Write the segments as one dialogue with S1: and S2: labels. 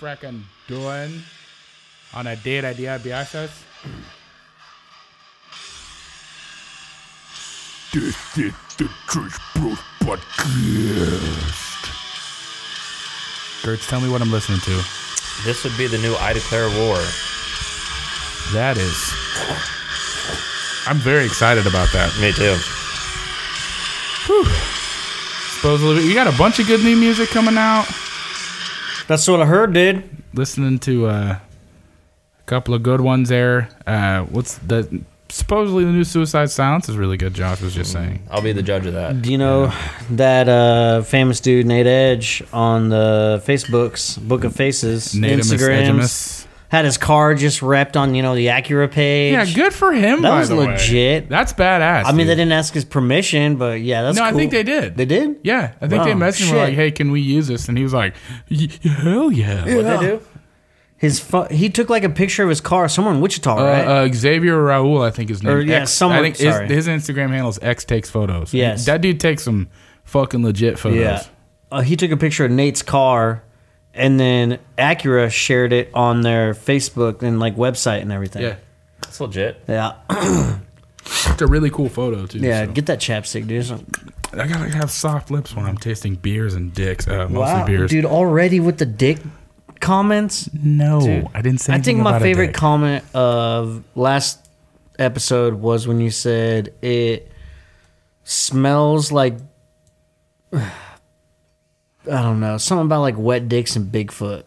S1: freaking doing on a day to day basis?
S2: This is the Church Bros Podcast.
S1: Gertz, tell me what I'm listening to.
S3: This would be the new I Declare War.
S1: That is. I'm very excited about that.
S3: Me too.
S1: Supposedly, we got a bunch of good new music coming out.
S3: That's what I heard, dude.
S1: Listening to uh, a couple of good ones there. Uh, what's the supposedly the new Suicide Silence is really good. Josh was just saying.
S3: I'll be the judge of that.
S4: Do you know that uh, famous dude Nate Edge on the Facebooks, Book of Faces,
S1: Natimus
S4: Instagrams,
S1: Edimus.
S4: had his car just wrapped on you know the Acura page.
S1: Yeah, good for him.
S4: That
S1: by
S4: was
S1: the way.
S4: legit.
S1: That's badass.
S4: I mean, they
S1: dude.
S4: didn't ask his permission, but yeah, that's
S1: No, I
S4: cool.
S1: think they did.
S4: They did.
S1: Yeah, I think they
S4: Oh,
S1: messaged him and were like,
S4: shit.
S1: "Hey, can we use this?" And he was like, "Y- "Hell yeah!"
S4: What they do? His fu- he took like a picture of his car somewhere in Wichita,
S1: Uh,
S4: right?
S1: uh, Xavier Raul, I think his name.
S4: Or, yeah, someone-
S1: I think his,
S4: sorry.
S1: his Instagram handle is X takes photos.
S4: Yes.
S1: that dude takes some fucking legit photos.
S4: yeah. Uh, he took a picture of Nate's car, and then Acura shared it on their Facebook and like website and everything.
S1: yeah,
S3: That's legit.
S4: Yeah.
S1: it's a really cool photo too.
S4: Yeah,
S1: so.
S4: get that chapstick, dude.
S1: I gotta have soft lips when I'm tasting beers and dicks. Uh, mostly beers.
S4: dude, already with the dick comments.
S1: no, I didn't say.
S4: I
S1: anything
S4: think my
S1: about a
S4: favorite
S1: dick.
S4: comment of last episode was when you said it smells like I don't know, something about like wet dicks and Bigfoot.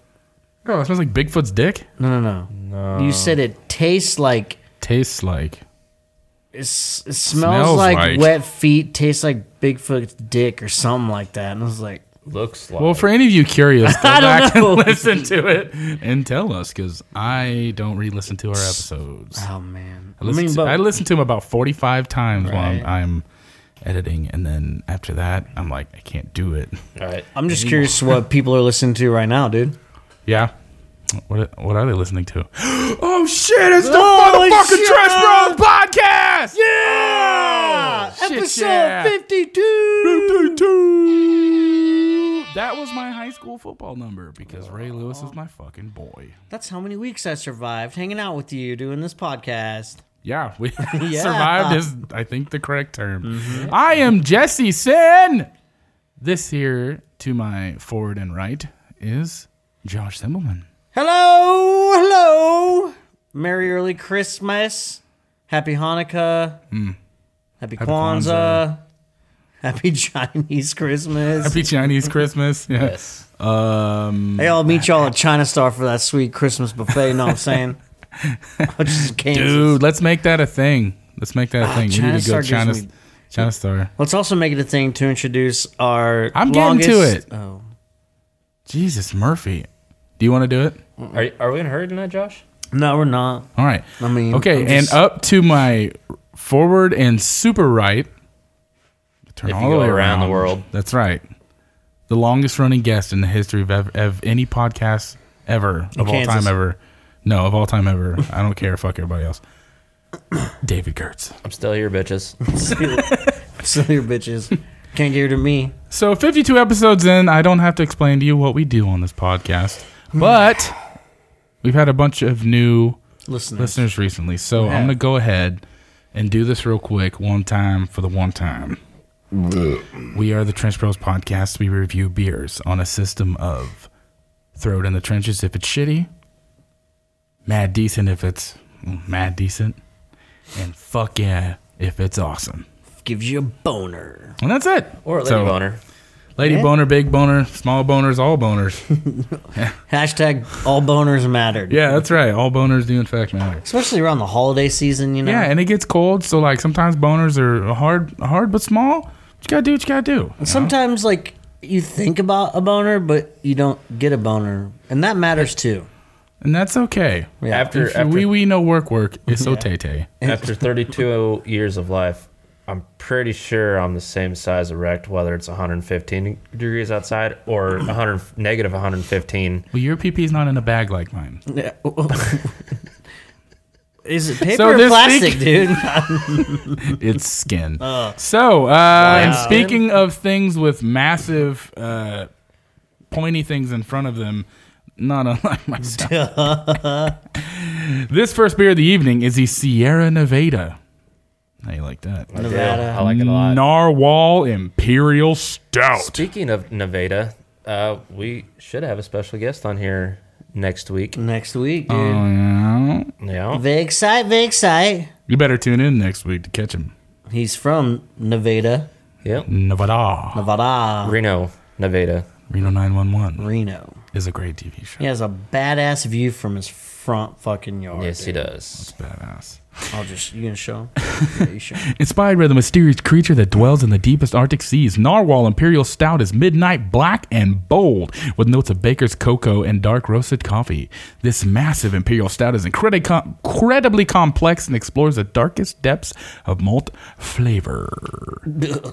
S1: oh, it smells like Bigfoot's dick.
S4: No, no, no. You said it tastes like
S1: Tastes like.
S4: it, s- it smells,
S1: Smells
S4: like,
S1: like.
S4: wet feet, tastes like Bigfoot's dick or something like that. And I was like,
S3: Looks like.
S1: Well, for any of you curious, go
S4: I don't
S1: back
S4: know.
S1: and listen to it and tell us because I don't re-listen to our episodes.
S4: oh man.
S1: I, mean, to, I listen to him about 45 times
S4: Right.
S1: while I'm, I'm editing. And then after that, I'm like, I can't do it.
S3: All right.
S4: I'm just curious what people are listening to right now, dude.
S1: Yeah. What, what are they listening to? oh, shit. It's the
S4: Holy
S1: motherfucking
S4: shit.
S1: Trash Bros podcast. Oh, Yeah.
S4: Uh, Episode 52.
S1: 52. That was my high school football number because Ray Lewis is my fucking boy.
S4: That's how many weeks I survived hanging out with you doing this podcast.
S1: Yeah, we
S4: Yeah. Mm-hmm.
S1: survived is I think the correct term. I am Jesse Sin. This here to my forward and right is Josh Simbleman.
S4: Hello, hello. Merry early Christmas. Happy Hanukkah. Happy,
S1: Hmm.
S4: Kwanzaa.
S1: Kwanzaa.
S4: Happy Chinese Christmas.
S1: Happy Chinese Christmas. Yeah.
S3: Yes.
S1: Um
S4: hey, I'll meet y'all at China Star for that sweet Christmas buffet. You know what I'm saying? Which is Kansas.
S1: dude, let's make that a thing. Let's make that a thing.
S4: Ah, China
S1: we need to
S4: Star
S1: go
S4: gives
S1: China
S4: me-
S1: China Star.
S4: Let's also make it a thing to introduce our.
S1: I'm getting to
S4: longest-
S1: it.
S4: Oh.
S1: Jesus Murphy. Do you want to do it?
S3: Are, you- are we in a hurry tonight, Josh?
S4: No, we're not.
S1: All right.
S4: I mean,
S1: okay,
S4: I'm
S1: and
S4: just-
S1: up to my forward and super right. Turn
S3: If you go around the world.
S1: That's right. The longest running guest in the history of, ev- of any podcast ever, of all
S4: Kansas.
S1: time ever. No, of all time ever. I don't care. Fuck everybody else. David Kurtz.
S3: I'm still here, bitches.
S4: Silly bitches. Can't get rid of me.
S1: So, 52 episodes in, I don't have to explain to you what we do on this podcast, but we've had a bunch of new
S4: Listen.
S1: listeners recently. So,
S4: Yeah.
S1: I'm going to go ahead and do this real quick one time for the one time. We are the Trench Bros podcast. We review beers on a system of throw it in the trenches if it's shitty, mad decent if it's mm, mad decent, and fuck yeah if it's awesome.
S4: Gives you a boner.
S1: And that's it.
S3: Or Lady
S1: So-
S3: Boner.
S1: Lady
S4: Yeah.
S1: boner, big boner, small boners, all boners.
S4: Hashtag all boners mattered.
S1: Yeah, that's right. All boners do in fact matter.
S4: Especially around the holiday season, you know.
S1: Yeah, and it gets cold, so like sometimes boners are hard, hard but small. But you gotta do what you gotta do. you know?
S4: Sometimes like you think about a boner, but you don't get a boner, and that matters too.
S1: and that's okay.
S4: Yeah.
S3: After
S1: If
S3: after,
S1: we we no work work, it's so tay tay.
S3: after 32 years of life, I'm pretty sure I'm the same size erect, whether it's 115 degrees outside or 100 negative 115.
S1: Well, your PP is not in a bag like mine.
S4: Yeah. Is it paper
S1: So
S4: or
S1: this
S4: plastic,
S1: week-
S4: dude?
S1: It's skin. so, uh, and
S3: Wow.
S1: speaking of things with massive, uh, pointy things in front of them, not unlike myself. this first beer of the evening is the Sierra Nevada. How you like that?
S3: Yeah, I like it a lot.
S1: Narwhal Imperial Stout.
S3: Speaking of Nevada, uh, we should have a special guest on here next week.
S4: Next week, dude.
S1: Um, Oh, Yeah.
S3: Yeah.
S4: Vig Sight, Vig Sight.
S1: You better tune in next week to catch him.
S4: He's from Nevada,
S3: Yep.
S1: Nevada.
S4: Nevada,
S3: Reno, Nevada.
S1: Reno 911
S4: Reno.
S1: is a great TV show.
S4: He has a badass view from his front fucking yard.
S3: Yes, he
S4: dude.
S3: does.
S1: Badass.
S4: I'll just you gonna show him? yeah, you show him.
S1: Inspired by the mysterious creature that dwells in the deepest Arctic seas, Narwhal Imperial Stout is midnight black and bold, with notes of baker's cocoa and dark roasted coffee. This massive Imperial Stout is incredi- com- incredibly complex and explores the darkest depths of malt flavor.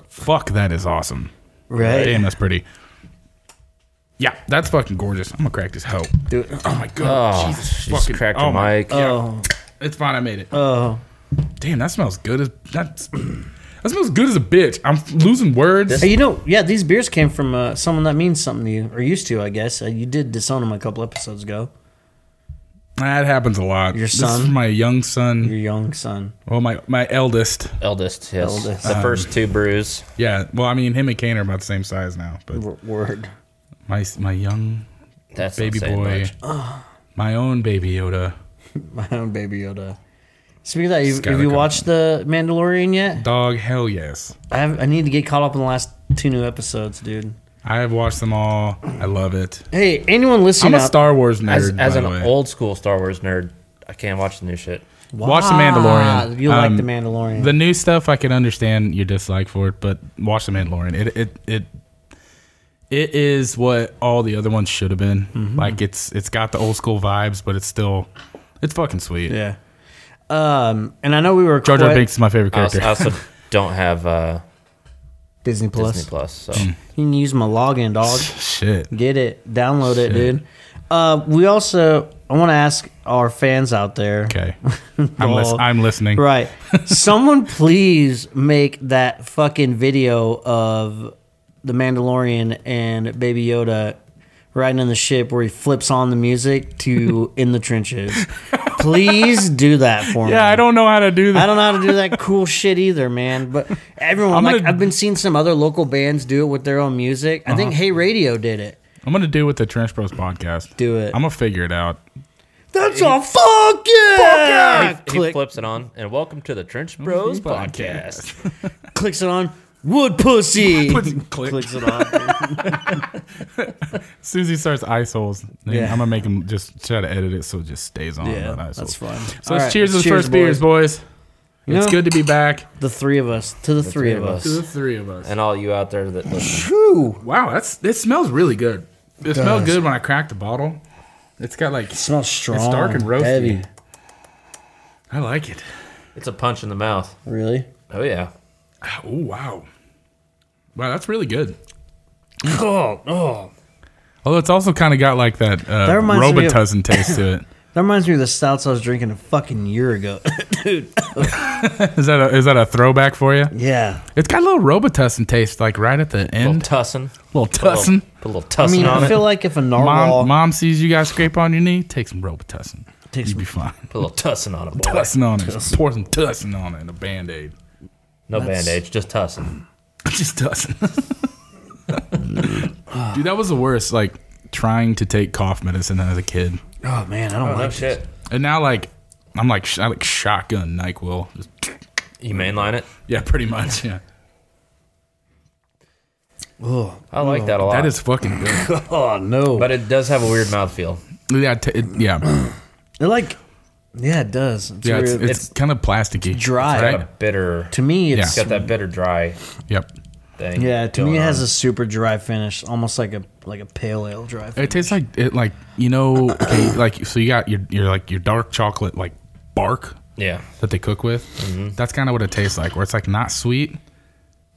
S1: Fuck, that is awesome.
S4: Right.
S1: Damn, that's pretty. Yeah, that's fucking gorgeous. I'm gonna crack this hoe.
S4: Dude.
S1: Oh my god,
S3: Oh,
S1: Jesus
S3: she's
S1: fucking
S3: cracked
S1: oh
S3: a
S1: my-
S3: mic.
S4: Oh,
S1: It's fine, I made it.
S4: oh,
S1: Damn, that smells good as that's, that smells good as a bitch. I'm losing words.
S4: Hey, you know, yeah, these beers came from uh, someone that means something to you, or used to, I guess. Uh, you did disown him a couple episodes ago.
S1: That happens a lot.
S4: Your
S1: This
S4: son?
S1: is my young son.
S4: Your young son.
S1: Well, my my eldest.
S3: Eldest, yes.
S4: Eldest.
S3: The first two brews.
S1: Yeah. Well, I mean, him and Kane are about the same size now. But
S4: W- Word.
S1: my my young
S3: That's
S1: baby
S3: not saying
S1: boy,
S3: much.
S1: my own baby Yoda.
S4: My own baby Yoda. Speaking of that, you, have
S1: Skylar
S4: you
S1: Compton.
S4: watched the Mandalorian yet?
S1: Dog, hell yes.
S4: I have, I need to get caught up in the last two new episodes, dude.
S1: I have watched them all. I love it.
S4: Hey, anyone listening?
S1: I'm a
S4: out-
S1: Star Wars
S3: As,
S1: nerd.
S3: as
S1: by
S3: an
S1: the way.
S3: old school Star Wars nerd, I can't watch the new shit.
S1: watch the Mandalorian.
S4: You like
S1: Um,
S4: the Mandalorian?
S1: The new stuff, I can understand your dislike for it, but watch The Mandalorian. It it it it is what all the other ones should have been.
S4: Mm-hmm.
S1: Like it's it's got the old school vibes, but it's still it's fucking sweet.
S4: yeah. Um, and I know we were
S1: Jar Jar
S4: quite-
S1: Binks is my favorite
S3: I also,
S1: character.
S3: I also don't have uh,
S4: Disney Plus.
S3: Disney Plus, so
S1: Hmm.
S4: You can use my login, dog.
S1: Shit.
S4: Get it. Download it, dude. Uh, we also I want to ask our fans out there.
S1: Okay. I'm, lis-
S4: Well,
S1: I'm listening.
S4: Right. Someone please make that fucking video of the Mandalorian and Baby Yoda riding in the ship where he flips on the music to In the Trenches. Please do that for me.
S1: Yeah, I don't know how to do
S4: I
S1: that.
S4: don't know how to do that cool shit either, man. But everyone,
S1: I'm
S4: like,
S1: gonna-
S4: I've been seeing some other local bands do it with their own music. I
S1: Uh-huh.
S4: think Hey Radio did it.
S1: I'm gonna do with the Trench Bros podcast.
S4: Do it.
S1: I'm gonna figure it out.
S4: That's a fuck yeah!
S3: he
S4: Click,
S3: flips it on. And welcome to the Trench Bros
S1: Mm-hmm.
S3: podcast.
S4: clicks it on. Wood pussy.
S1: Puts- click.
S4: Clicks it on.
S1: Susie starts ice holes.
S4: Yeah.
S1: I'm gonna make him just try to edit it so it just stays on.
S4: yeah,
S1: not ice
S4: that's
S1: holes.
S4: fun.
S1: So let's cheers to the first beers, boys.
S4: You
S1: it's
S4: know-
S1: good to be back.
S4: The three of us to the, three, of us.
S1: The three of us.
S3: and all you out there that listen.
S4: Whew.
S1: Wow, that's this smells really good. It, smelled
S4: does.
S1: good when I cracked the bottle. It's got like
S4: It smells strong.
S1: it's dark and roasty.
S4: Heavy.
S1: I like it.
S3: It's a punch in the mouth.
S4: Really?
S3: Oh, yeah.
S1: Oh wow, wow, that's really good.
S4: Oh, oh.
S1: Although it's also kind of got like that, uh,
S4: That reminds me of-
S1: Robitussin taste to it.
S4: That reminds me of the stouts I was drinking a fucking year ago.
S1: Is that a, is that a throwback for you?
S4: yeah.
S1: It's got a little Robitussin taste, like right at the
S3: A little
S1: end.
S3: tussin.
S1: Little
S3: Tussin.
S1: tussin.
S3: Put a little
S4: I
S3: tussin
S4: mean,
S3: on
S4: I
S3: it.
S4: feel like if a narwhal
S1: Mom, mom sees you guys scrape on your knee, take some Robitussin.
S4: Take
S1: You'd be fine.
S3: Put a little tussin on it, boy.
S1: Tussin on it. Pour some tussin on it and a band aid.
S3: No
S4: That's-
S3: band aids, just tussin.
S1: just doesn't. Dude, that was the worst. Like trying to take cough medicine as a kid,
S4: oh man, I don't
S3: Oh, no
S4: like shit.
S3: shit.
S1: and now like I'm like sh- I like shotgun Nyquil. Just,
S3: You mainline it?
S1: yeah, pretty much. Yeah,
S4: Oh,
S3: I like that a lot.
S1: that is fucking good.
S4: oh no.
S3: But it does have a weird mouthfeel.
S1: yeah, t- it, yeah,
S4: It like, yeah, it does. It's
S1: yeah. It's,
S4: weird.
S1: it's, kind of plasticky.
S4: dry.
S1: right?
S3: Got a bitter.
S4: to me, it's
S3: It's got that bitter dry
S1: Yep.
S3: thing.
S4: yeah. To me,
S3: going
S4: it has
S3: on.
S4: a super dry finish, almost like a like a pale ale dry.
S1: It
S4: Finish.
S1: tastes like it like you know okay, like so you got your your like your dark chocolate like bark
S3: yeah.
S1: that they cook with. That's kind of what it tastes like, where it's like not sweet.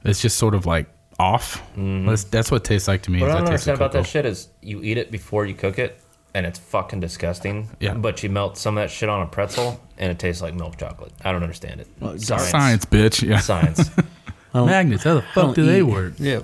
S1: It's just sort of like off. That's, that's what it tastes like to me.
S3: What
S1: is
S3: I
S1: that
S3: don't
S1: taste of
S3: understand about that
S1: cocoa.
S3: shit is you eat it before you cook it, and it's fucking disgusting.
S1: Yeah.
S3: But you melt some of that shit on a pretzel, and it tastes like milk chocolate. I don't understand it.
S4: Well, it's
S3: Science.
S1: Science, bitch. Yeah.
S3: Science.
S1: Magnets. How the fuck
S4: Oh. don't
S1: do they
S4: eat.
S1: work?
S4: Yeah.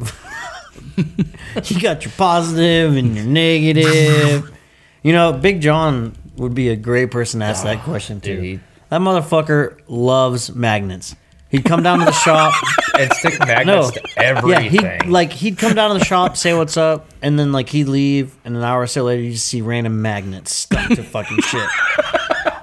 S4: you got your positive and your negative. You know, Big John would be a great person to ask that question to.
S3: Ah, dude, he-
S4: That motherfucker loves magnets. He'd come down to the shop.
S3: and stick magnets
S4: No,
S3: to
S4: yeah,
S3: everything.
S4: he like he'd come down to the shop, say what's up, and then like he'd leave, and an hour or so later, you just see random magnets stuck to fucking shit.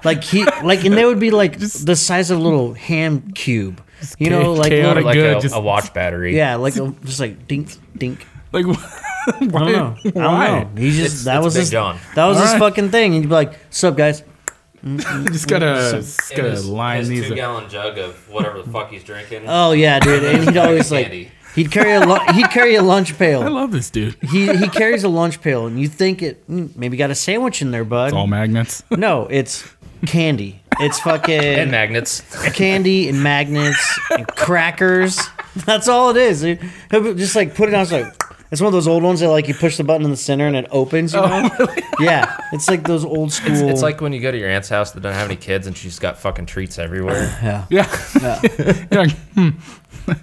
S4: Like he like, and they would be like the size of a little ham cube. You know, like
S1: chaotic.
S4: little,
S3: like
S1: good,
S3: a,
S1: just-
S3: a watch battery.
S4: yeah, like a, just like dink dink.
S1: Like, why?
S4: I don't know. I don't know. He
S3: It's-
S4: just that
S3: it's
S4: was
S3: Big
S4: his
S3: John.
S4: that was his
S1: Alright.
S4: fucking thing. He'd be like, "Sup, guys."
S1: Just gotta, just
S3: In
S1: gotta
S3: his-
S1: line
S3: his
S1: these. up.
S3: two-gallon jug of whatever the fuck he's drinking.
S4: Oh yeah, dude. And he'd always like
S3: Candy.
S4: he'd carry a lu- he'd carry a lunch pail.
S1: I love this dude. It's
S4: he he carries a lunch pail, and you think it mm, maybe got a sandwich in there, bud.
S1: all magnets.
S4: no, it's candy. It's
S3: and
S4: fucking
S3: magnets.
S4: candy and magnets and crackers. That's all it is. dude. He'll be- just like put it on. It's like it's one of those old ones that like you push the button in the center and it opens. You know? Yeah, it's like those old school.
S3: It's, it's like when you go to your aunt's house that doesn't have any kids and she's got fucking treats everywhere.
S4: yeah.
S1: Yeah. You're like, hmm,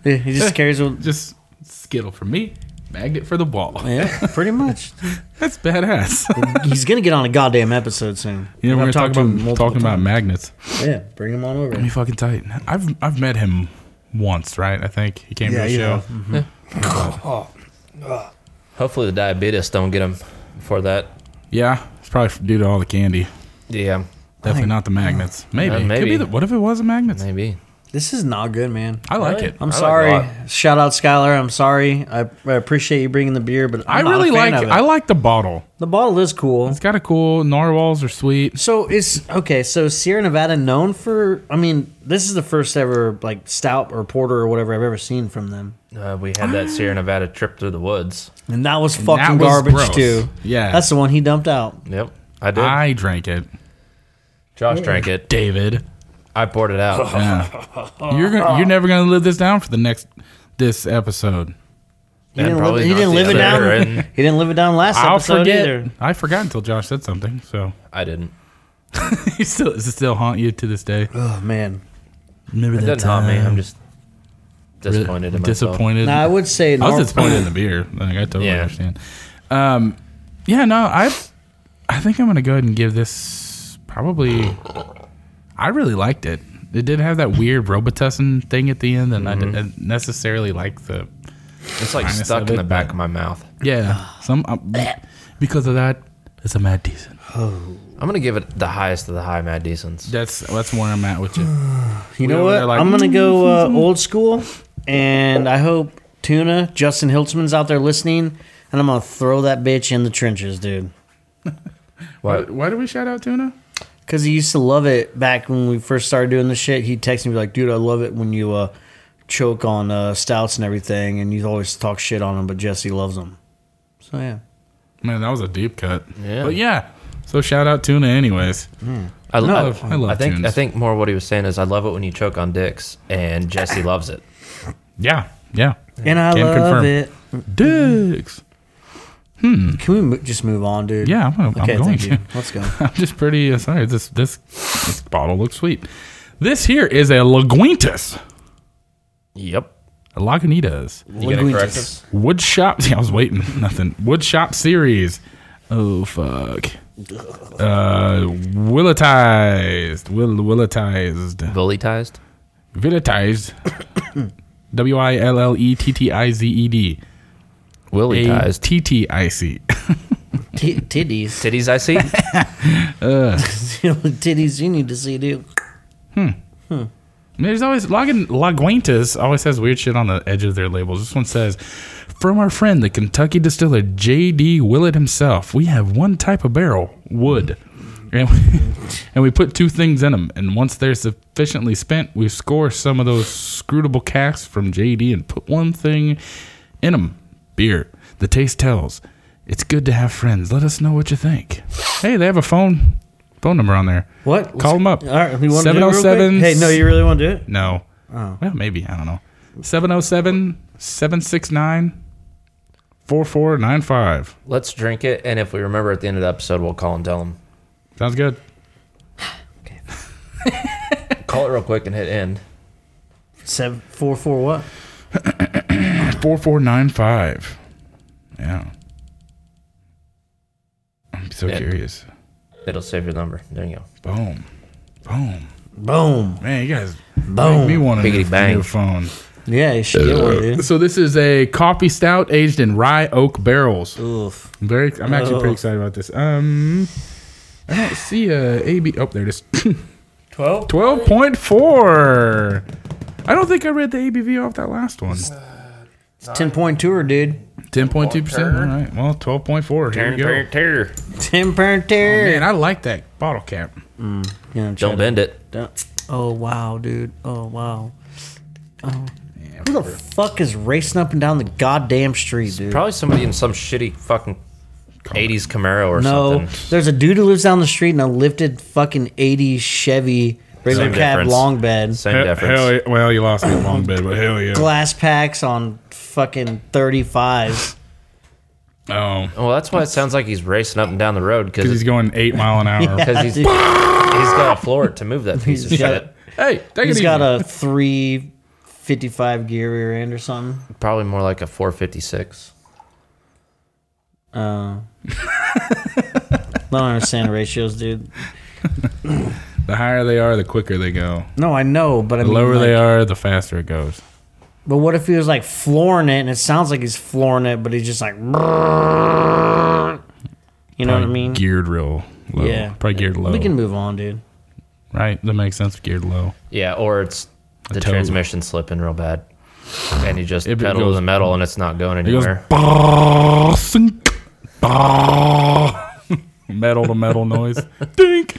S4: He he just carries a
S1: just skittle for me, magnet for the wall.
S4: yeah, pretty much.
S1: That's badass.
S4: He's gonna get on a goddamn episode soon.
S1: yeah, we're gonna
S4: I've
S1: talk
S4: talked to him
S1: about
S4: multiple
S1: talking about
S4: times.
S1: magnets.
S4: Yeah, bring him on
S1: Be
S4: over.
S1: fucking tight. I've I've met him once, right? I think he came
S4: Yeah,
S1: to the
S4: you
S1: show.
S4: know.
S3: Hopefully the diabetes don't get them before that.
S1: Yeah, it's probably due to all the candy.
S3: Yeah,
S1: Definitely not the magnets. Maybe.
S3: Uh,
S1: Could
S3: maybe.
S1: be the- what if it was a magnets?
S3: maybe.
S4: This is not good, man.
S1: I like
S3: Really?
S1: it.
S4: I'm
S3: I like
S4: sorry.
S3: a lot.
S4: Shout out Skylar. I'm sorry. I, I appreciate you bringing the beer, but
S1: i
S4: I'm
S1: really
S4: not a fan
S1: like
S4: of it.
S1: I like the bottle.
S4: the bottle is cool.
S1: It's got a cool narwhals are sweet.
S4: So it's okay. So Sierra Nevada known for. I mean, this is the first ever like stout or porter or whatever I've ever seen from them,
S3: Uh, we had that Sierra Nevada trip through the woods.
S4: and that was fucking
S1: that was
S4: garbage
S1: gross.
S4: too.
S1: Yeah.
S4: that's the one he dumped out.
S3: Yep, I did.
S1: I drank it.
S3: Josh drank it.
S1: David.
S3: I poured it out.
S1: Yeah. you're gonna, you're never gonna live this down for the next this episode.
S4: He
S3: And
S4: didn't live,
S3: probably
S4: he
S3: not
S4: didn't
S3: the
S4: live it down.
S3: other end.
S4: He didn't live it down last
S1: I'll
S4: episode
S1: forget.
S4: either.
S1: I forgot until Josh said something. So
S3: I didn't.
S1: you still does it still haunt you to this day.
S4: Oh man.
S1: Remember
S3: It
S1: that
S3: doesn't haunt me. I'm just disappointed in myself.
S1: disappointed.
S4: Now I would say
S1: I
S4: nor-
S1: was disappointed in the beer. Like I totally
S3: Yeah.
S1: understand. Um, yeah, no, I, I think I'm gonna go ahead and give this probably. I really liked it. It did have that weird Robitussin thing at the end, and
S4: Mm-hmm.
S1: I didn't necessarily like the
S3: It's like
S1: Minus
S3: stuck
S1: of
S3: in
S1: it,
S3: the back
S1: but-
S3: of my mouth.
S1: yeah. Some um, because of that, it's a mad decent.
S3: I'm gonna give it the highest of the high Mad Decents.
S1: That's that's where I'm at with you. We
S4: You know
S1: over
S4: what?
S1: there like,
S4: I'm gonna go uh, old school, and I hope Tuna Justin Hiltzman's out there listening, and I'm gonna throw that bitch in the trenches, dude.
S3: What?
S1: Why do we shout out tuna?
S4: Cause he used to love it back when we first started doing this shit. He'd text me like, "Dude, I love it when you uh, choke on uh, stouts and everything, and you always talk shit on them, but Jesse loves them." So yeah,
S1: Man, that was a deep cut.
S3: Yeah.
S1: But yeah. So shout out tuna, anyways.
S4: Mm-hmm.
S3: I,
S1: I
S3: love.
S1: love, I love
S3: I think.
S1: tunas.
S3: I think more what he was saying is I love it when you choke on dicks, and Jesse loves it.
S1: Yeah. Yeah.
S4: and I
S1: Can
S4: love
S1: confirm.
S4: it.
S1: Dicks.
S4: Can we mo- just move on, dude?
S1: Yeah, I'm, gonna,
S4: Okay,
S1: I'm going
S4: thank you.
S1: to.
S4: Let's go.
S1: I'm just pretty uh, sorry. This this this bottle looks sweet. This here is a Laguintas,
S3: Yep.
S1: a Lagunitas
S3: You get a
S4: Linguintas.
S3: corrective?
S1: wood shop. Yeah, I was waiting. Nothing. Wood shop series. Oh fuck. Uh, willitized. Will willitized.
S3: Bullytized.
S1: Willitized. W i l l e t t i z e d. A
S3: Willytized.
S1: t t i c.
S4: T- titties,
S3: Titties I see.
S4: titties. You need to see, dude.
S1: I mean, There's always Lagin, Laguintas always has weird shit on the edge of their labels. This one says, "From our friend the Kentucky distiller J.D. Willett himself, we have one type of barrel, wood, and we, and we put two things in them. And once they're sufficiently spent, we score some of those scrutable casks from J.D. and put one thing in them, beer. The taste tells. It's good to have friends. Let us know what you think. Hey, they have a phone phone number on there.
S4: What?
S1: Call them up.
S4: All right, we want to do it real quick?
S1: 707s.
S4: Hey, no, you really want to do it?
S1: No.
S4: Oh.
S1: Well, maybe. I don't know. 707 769 4495.
S3: Let's drink it, and if we remember at the end of the episode, we'll call and tell him.
S1: Sounds good.
S3: Call it real quick and hit end.
S4: Seven four four what?
S1: 4495. Yeah. I'm so curious.
S3: It'll save your number. There you go.
S1: Boom. Boom.
S4: Boom.
S1: Man, you guys
S4: Boom.
S1: make me want a
S3: Biggity
S1: new,
S3: bang.
S1: new phone.
S4: Yeah, you should get one, dude.
S1: So this is a coffee stout aged in rye oak barrels.
S4: Oof.
S1: I'm very, I'm actually pretty
S4: Oh.
S1: excited about this. Um, I don't see a AB. Oh, there it is.
S3: 12?
S1: Twelve point four. I don't think I read the ABV off that last one.
S4: It's 10 tour, er, dude.
S1: Ten point two percent. All right. Well, twelve point four. Here we go.
S4: Tim Pernter.
S1: Man, I like that bottle cap.
S3: Don't bend it.
S4: Oh, wow, dude. Oh, wow. Oh.
S1: Yeah,
S4: Who the fuck is racing up and down the goddamn street, dude?
S3: Probably somebody in some shitty fucking 80s Camaro or
S4: no,
S3: something.
S4: there's a dude who lives down the street in a lifted fucking 80 Chevy regular
S3: Same
S4: cab
S3: difference.
S4: long bed.
S3: Same difference.
S1: hell, yeah- well, you lost me a long bit, but hell yeah.
S4: Glass packs on fucking 35s.
S1: Oh,
S3: Well, that's why it sounds like he's racing up and down the road
S1: because he's
S3: because
S1: going eight mile an hour.
S4: Yeah.
S3: he's, he's got a floor to move that piece of
S4: He's got-
S3: shit.
S1: Hey, take it
S4: He's
S1: easy.
S4: got a 355 gear rear end or something.
S3: Probably more like a 456.
S4: Uh, I don't understand ratios, dude.
S1: the higher they are, the quicker they go.
S4: No, I know, but I
S1: The
S4: mean,
S1: lower
S4: like,
S1: they are, the faster it goes.
S4: But what if he was like flooring it, and it sounds like he's flooring it, but he's just like, you know what I
S1: Probably
S4: mean?
S1: Geared real low.
S4: Yeah.
S1: Probably geared low.
S4: We can move on, dude.
S1: right? That makes sense. Geared low.
S3: Yeah, or it's the
S1: total.
S3: transmission slipping real bad. And you just
S1: It
S3: pedal
S1: goes-
S3: the metal and it's not going
S1: It goes
S3: anywhere.
S1: bah, sink, bah. metal to metal noise. Dink.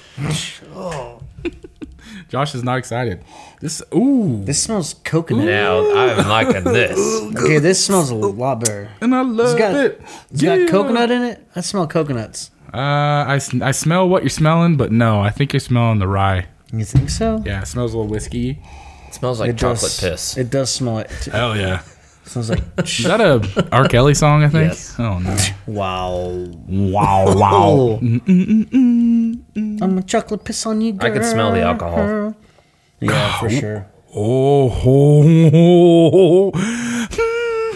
S1: Josh is not excited. This ooh,
S4: This smells coconut.
S3: now I'm liking this.
S4: Okay, this smells a lot better.
S1: and I love
S4: got-
S1: it.
S4: It's got coconut in it. I smell coconuts.
S1: Uh, I, sn- I smell what you're smelling, but no, I think you're smelling the rye.
S4: You think so?
S1: Yeah, it smells a little whiskey.
S3: It smells like
S4: It
S3: chocolate
S4: does,
S3: piss.
S4: It does smell it.
S1: Hell yeah.
S4: It smells like
S1: Is that a R. Kelly song? I think.
S3: Yes.
S1: Oh no.
S4: wow.
S1: Wow! Wow!
S4: Oh.
S3: Mm,
S4: I'm gonna chocolate piss on you,
S3: I
S4: girl.
S3: can smell the alcohol.
S4: Yeah, for sure.
S1: Oh, ho, ho, ho.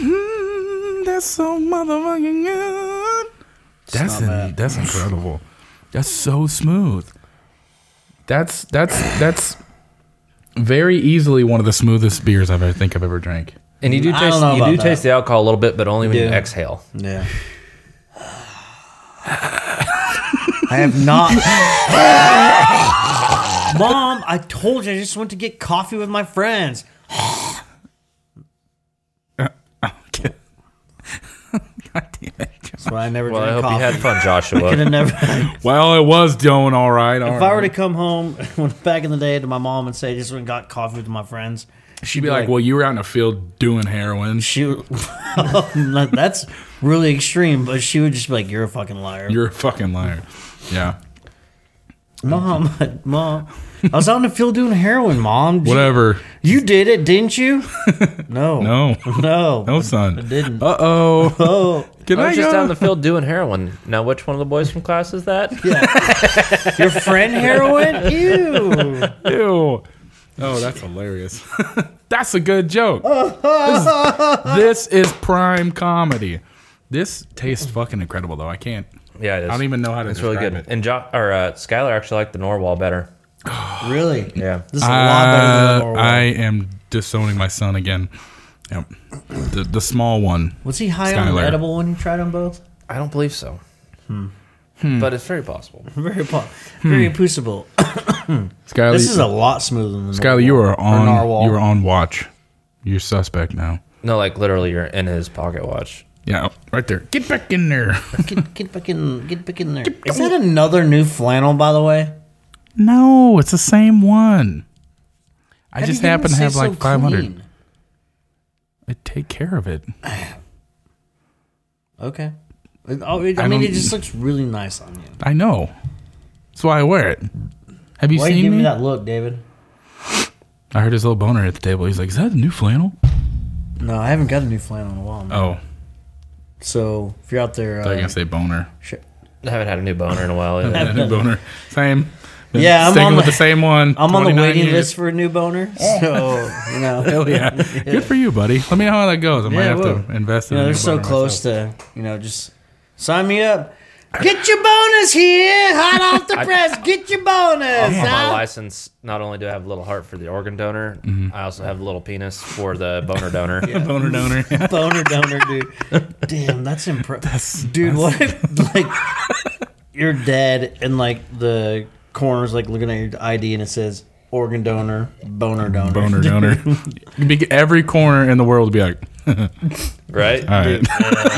S1: Mhm, that's so motherfucking good. That's
S4: not
S1: in-
S4: bad.
S1: that's incredible. That's so smooth. That's that's that's very easily one of the smoothest beers I've ever think I've ever drank.
S3: And you do
S4: I don't
S3: taste
S4: know
S3: you do
S4: about
S3: taste the alcohol a little bit, but only when you
S4: do.
S3: exhale.
S4: Yeah. I have not. Mom, I told you I just went to get coffee with my friends.
S1: God damn it.
S4: That's why I never
S3: Well, I
S4: drink
S3: hope
S4: coffee.
S3: you had fun,
S4: Could
S3: Joshua.
S4: have never.
S1: Well, it was doing all right. all
S4: if I were to
S1: right.
S4: come home back in the day to my mom and say, "I just went and got coffee with my friends,"
S1: she'd be like, "Well, you were out in the field doing heroin.
S4: she, No, that's really extreme. But she would just be like, "You're a fucking liar,
S1: You're a fucking liar." Yeah.
S4: mom, mom." I was out in the field doing heroin, mom.
S1: Whatever.
S4: You did it, didn't you? No,
S1: No.
S4: no.
S1: No, son. I
S4: didn't.
S1: Uh oh.
S4: Oh,
S1: Can
S3: I
S1: I,
S3: was
S1: go?
S3: just down the field doing heroin. Now, which one of the boys from class is that?
S4: your friend heroin? Ew.
S1: Ew. Oh, that's hilarious. that's a good joke. this, this is prime comedy. This tastes fucking incredible, though. I can't.
S3: Yeah, it is.
S1: I don't even know how to
S3: It's really
S1: describe
S3: good.
S1: it.
S3: And jo- or uh, Skylar actually liked the Norwal better.
S4: Really?
S3: Yeah.
S4: This is a lot better than
S1: Uh,
S4: Norway.
S1: I am disowning my son again. Yep. The, the small one.
S4: Was he high on
S1: Skylar.
S4: the edible when you tried them both?
S3: I don't believe so. Hmm. But it's very possible.
S4: Very po-
S1: Hmm.
S4: very appreciable.
S1: Skylar,
S4: This is a lot smoother than the
S1: Skylar, you
S4: Norwal.
S1: are
S4: Or
S1: on.
S4: narwhal.
S1: You are on watch. You're suspect now.
S3: No, like literally, you're in his pocket watch.
S1: Yeah, right there. Get back in there.
S4: Get, get back in. Get back in there. Is that another new flannel, by the way?
S1: no, it's the same one. I
S4: How do
S1: just
S4: you get
S1: happen
S4: them
S1: to have
S4: stay
S1: like
S4: so
S1: 500.
S4: clean?
S1: I take care of it.
S4: Okay. It- oh, it- I,
S1: I
S4: mean, it
S1: don't- e-
S4: just looks really nice on you.
S1: I know. That's why I wear it. Have you
S4: Why you
S1: seen
S4: give
S1: me?
S4: me that look, David?
S1: I heard his little boner at the table. He's like, "Is that a new flannel?"
S4: No, I haven't got a new flannel in a while. Man.
S1: Oh,
S4: So if you're out there,
S1: I thought you were
S4: uh,
S1: gonna say boner.
S4: shit.
S3: I haven't had a new boner in a while. Either.
S1: Yeah, new boner. Same. Been
S4: Yeah, I'm
S1: sticking
S4: on
S1: with
S4: the-
S1: the same one.
S4: I'm on the
S1: 29
S4: waiting
S1: years.
S4: list for a new boner. So you know,
S1: Hell yeah. Good for you, buddy. Let me know how that goes. I might
S4: Yeah,
S1: have
S4: well.
S1: to invest in.
S4: You know,
S1: a
S4: they're
S1: new
S4: so
S1: boner
S4: close to, you know, just sign me up. Get your bonus here, hot off the press. Get your bonus.
S3: Off my
S4: huh?
S3: license, not only do I have a little heart for the organ donor, I also have a little penis for the boner donor.
S1: Boner donor.
S4: boner donor, dude. Damn, that's impressive. Dude, what if like you're dead and like the coroner's like looking at your ID and it says organ donor, boner donor.
S1: Boner donor. Be- Every corner in the world would be like,
S3: Right?
S1: all right.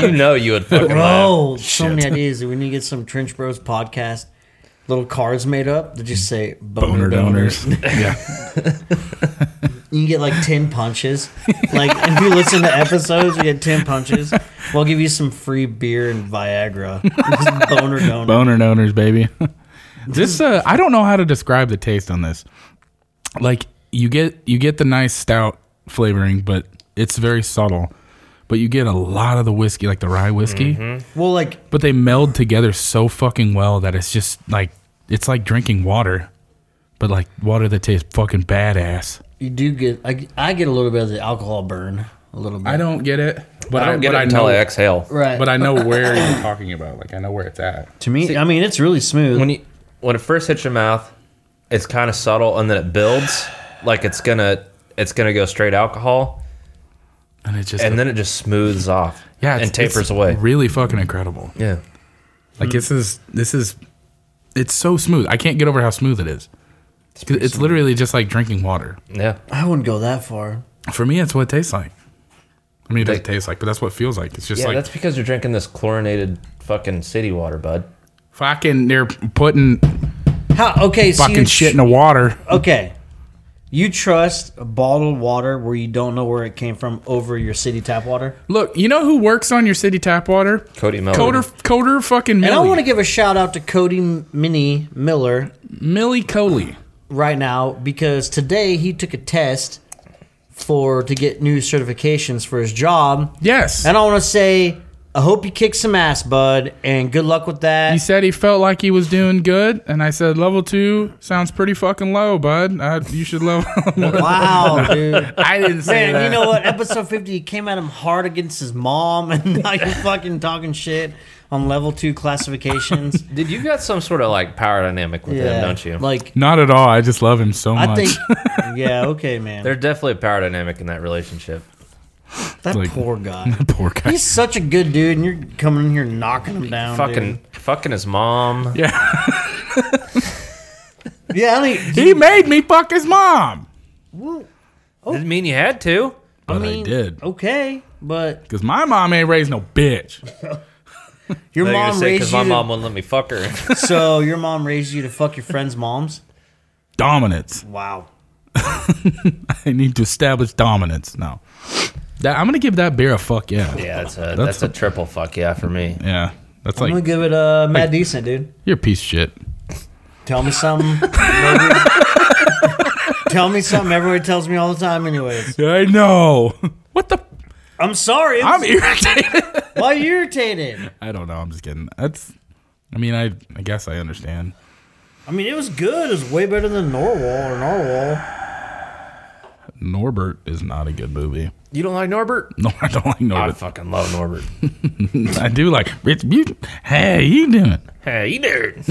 S3: you know you would fucking laugh.
S4: Bro, so many ideas. We need to get some Trench Bros podcast little cards made up that just say
S1: Boner
S4: boner, donors.
S1: donors. yeah.
S4: You can get like 10 punches. Like, if you listen to episodes, you get 10 punches. We'll give you some free beer and Viagra. Just boner donor.
S1: Boner donors, baby. this uh, I don't know how to describe the taste on this. Like you get you get the nice stout flavoring, but it's very subtle. But you get a lot of the whiskey, like the rye whiskey.
S3: Mm-hmm.
S4: well, like,
S1: But they meld together so fucking well that it's just like it's like drinking water, but like water that tastes fucking badass.
S4: you do get, I, I get a little bit of the alcohol burn. A little bit.
S1: I don't get it, but
S3: I don't get
S1: but
S3: it until
S1: know,
S3: I exhale.
S4: Right.
S1: But I know where you're talking about. Like I know where it's at.
S4: to me, I mean, it's really smooth.
S3: When you when it first hits your mouth, it's kind of subtle and then it builds like it's gonna it's gonna go straight alcohol
S1: And it just
S3: and then it just smooths off.
S1: yeah, it's-
S3: and tapers
S1: it's
S3: away.
S1: Really fucking incredible.
S3: yeah.
S1: Like
S3: Mm.
S1: this is this is it's so smooth. I can't get over how smooth it is. It's, literally just like drinking water.
S3: Yeah.
S4: I wouldn't go that far.
S1: For me, that's what it tastes like. I mean, it doesn't
S3: They-
S1: taste like, but that's what it feels like. It's just
S3: Yeah,
S1: like
S3: that's because you're drinking this chlorinated fucking city water, bud.
S1: fucking they're putting
S4: How? Okay, so
S1: fucking
S4: you
S1: shit in the water.
S4: Okay, you trust bottled water where you don't know where it came from over your city tap water?
S1: Look, you know who works on your city tap water?
S3: Cody Miller.
S1: Coder, Coder, fucking
S4: And I want to
S1: Millie,
S4: give a shout out to Cody Mini Miller
S1: Millie Coley.
S4: right now because today he took a test for to get new certifications for his job.
S1: Yes,
S4: And I want to say, I hope you kick some ass, bud, and good luck with
S1: he
S4: that.
S1: said he felt like he was doing good, and I said level two sounds pretty fucking low, bud. Uh, you should level.
S4: Wow, dude.
S1: I didn't say
S4: Man,
S1: that.
S4: you know what? Episode 50, you came at him hard against his mom, and now you're fucking talking shit on level two classifications.
S3: Dude, you've got some sort of like power dynamic with them, don't you?
S4: Like,
S1: Not at all. I just love him so
S4: I
S1: much.
S4: think, yeah, okay, man.
S3: There's definitely a power dynamic in that relationship.
S4: that
S1: like-
S4: poor guy.
S1: Poor guy.
S4: He's such a good dude, and you're coming in here knocking him down.
S3: Fucking, fucking his mom.
S1: Yeah.
S4: dude. yeah, I mean,
S1: He made me fuck his mom.
S3: Didn't mean you had to.
S1: But I,
S4: mean,
S1: did.
S4: okay, but
S1: Because my mom ain't raised no bitch.
S4: your
S3: They're
S4: mom
S3: gonna say because
S4: raised you.
S3: my
S4: to-
S3: mom wouldn't let me fuck her.
S4: so your mom raised you to fuck your friends' moms?
S1: Dominance.
S4: Wow.
S1: I need to establish dominance. No. That, I'm going to give that beer a fuck yeah.
S3: yeah, that's a that's, a, triple fuck yeah for me.
S1: Yeah. That's
S4: I'm
S1: like,
S4: gonna give it a mad decent, dude.
S1: you're a piece of shit.
S4: Tell me something. maybe. Tell me something. Everybody tells me all the time, anyways.
S1: I know. What the?
S4: I'm sorry.
S1: I'm
S4: I'm,
S1: irritated.
S4: why are you irritated?
S1: I don't know. I'm just kidding. That's, I mean, I, I guess I understand.
S4: I mean, it was good. It was way better than Norwal or Norwal.
S1: Norbert is not a good movie.
S3: You don't like Norbert?
S1: No, I don't like
S3: I
S1: Norbert.
S3: fucking love Norbert.
S1: I do like Rich Butte. Hey, you doing?
S3: hey, you dude.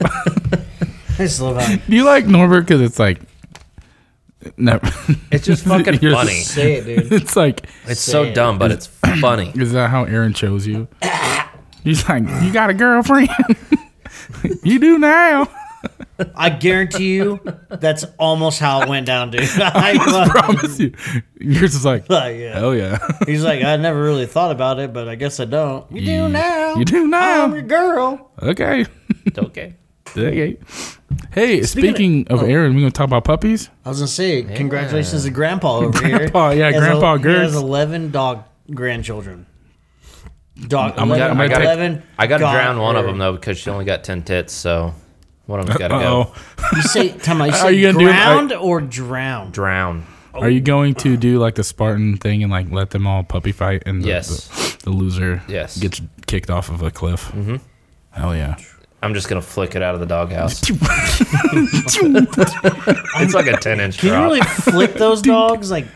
S4: I just love how you
S1: Do you like Norbert? Because it's like, never.
S3: It's just fucking
S1: You're
S3: funny.
S4: say it, dude.
S1: It's like,
S3: It's so
S4: Sad.
S3: dumb, but it's funny.
S1: is that how Aaron chose you? He's like, you got a girlfriend. you do now.
S4: I guarantee you, that's almost how it went down, dude. I
S1: Promise you. Yours is like,
S4: like, yeah.
S1: hell yeah.
S4: He's like, I never really thought about it, but I guess I don't. You do now.
S1: You do now.
S4: I'm your girl.
S1: okay.
S3: It's okay.
S1: okay. Hey, speaking, of,
S3: oh.
S1: Aaron, we're gonna talk about puppies.
S4: I was gonna say, congratulations to Grandpa over
S1: Grandpa,
S4: here.
S1: yeah,
S4: He has
S1: Grandpa
S4: He has
S1: Gertz.
S4: eleven dog grandchildren. Dog.
S1: I'm gonna-
S4: 11,
S1: I'm gonna take-
S4: 11
S3: I gotta
S4: dog
S3: drown one of
S4: er-
S3: them though because she only got ten tits, so one of them's gotta go.
S1: Oh,
S4: You say, tell me, you say
S1: Are you gonna do it-
S4: ground or drown?
S3: Drown.
S1: are you going to do like the Spartan thing and like let them all puppy fight and the,
S3: Yes.
S1: the, the loser
S3: Yes.
S1: gets kicked off of a cliff? Mm-hmm. Hell yeah.
S3: I'm just gonna flick it out of the doghouse. it's like a ten inch
S4: Can you
S3: drop.
S4: really flick those dogs? Like,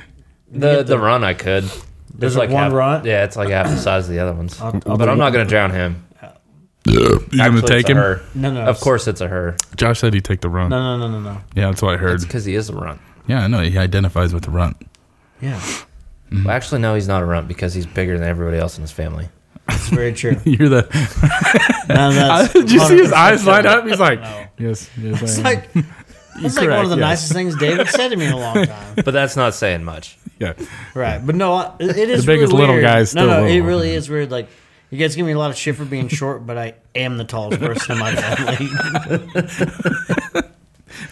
S3: the the run I could.
S4: Does
S3: It's
S4: it
S3: like
S4: one
S3: half,
S4: runt?
S3: Yeah, it's like half the size of the other ones.
S4: I'll
S3: but
S4: do
S3: I'm
S4: it.
S3: not gonna drown him.
S1: You gonna
S3: Actually,
S1: take
S3: it's a
S1: him?
S3: her.
S4: No, no.
S3: Of course, it's a her.
S1: Josh said he'd take the runt.
S4: No, no, no, no, no.
S1: Yeah, that's what I heard.
S3: It's because he is a runt.
S1: Yeah, I know he identifies with the runt.
S4: Yeah,
S3: Well, actually, no, he's not a runt because he's bigger than everybody else in his family.
S4: it's very true.
S1: You're the.
S4: None of that's
S1: Did you see his
S4: 100%
S1: eyes
S4: true.
S1: light up? He's like,
S4: No.
S1: yes, yes. I
S4: It's
S1: am."
S4: like it's like one
S1: correct,
S4: of the
S1: yes.
S4: nicest things David said to me in a long time.
S3: But that's not saying much.
S1: yeah.
S4: Right, but no, I- it it is
S1: The biggest
S4: really
S1: little
S4: weird.
S1: guy is
S4: no,
S1: still
S4: no, it
S1: little.
S4: really is weird. Like you guys give me a lot of shit for being short, but I am the tallest person in my family.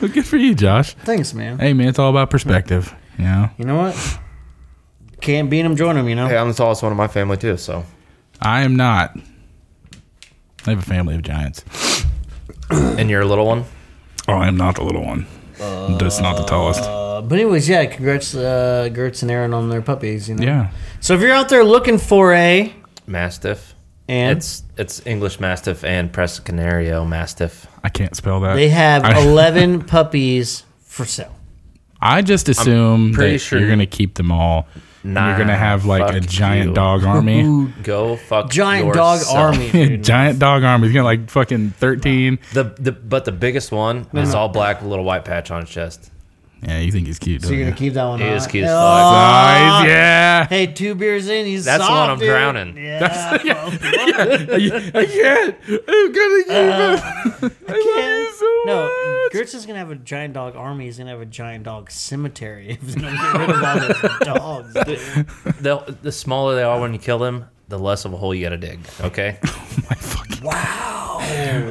S1: Well, good for you, Josh.
S4: Thanks, man.
S1: Hey, man, it's all about perspective. You know,
S4: You know what? Can't beat him, join him. You know.
S3: Hey, I'm the tallest one in my family too. So
S1: I am not. I have a family of giants.
S3: and you're a little one.
S1: Oh, I am not the little one. Just not the tallest.
S4: Uh, but anyways, yeah, congrats, uh, Gertz and Aaron on their puppies. You know.
S1: Yeah.
S4: So if you're out there looking for a
S3: Mastiff.
S4: and
S3: It's it's English Mastiff and Preston Canario Mastiff.
S1: I can't spell that.
S4: they have
S1: I-
S4: 11 puppies for sale.
S1: I just assume
S3: pretty
S1: that
S3: sure-
S1: you're going to keep them all. and
S3: Nah,
S1: you're going to have like a
S3: fuck
S1: giant
S3: you.
S1: dog army.
S3: Go fuck
S4: Giant
S3: yourself.
S4: dog army. dude.
S1: giant dog army. He's going to like fucking 13.
S3: The, the but the biggest one is all black with a little white patch on his chest.
S1: Yeah, you think he's cute.
S4: So
S1: don't
S4: you're
S1: you?
S4: gonna keep that one.
S3: He
S4: on.
S3: is cute as
S4: Oh,
S3: fuck.
S1: Nice, yeah.
S4: Hey, two beers in, he's
S3: That's the
S4: soft,
S3: one I'm
S4: dude.
S3: drowning.
S4: Yeah,
S1: I can't. I'm gonna keep
S4: can't.
S1: so
S4: no, Gertz is gonna have a giant dog army. He's gonna have a giant dog cemetery. If he's gonna get rid of all those dogs. dude.
S3: The, the smaller they are when you kill them, the less of a hole you gotta dig. Okay.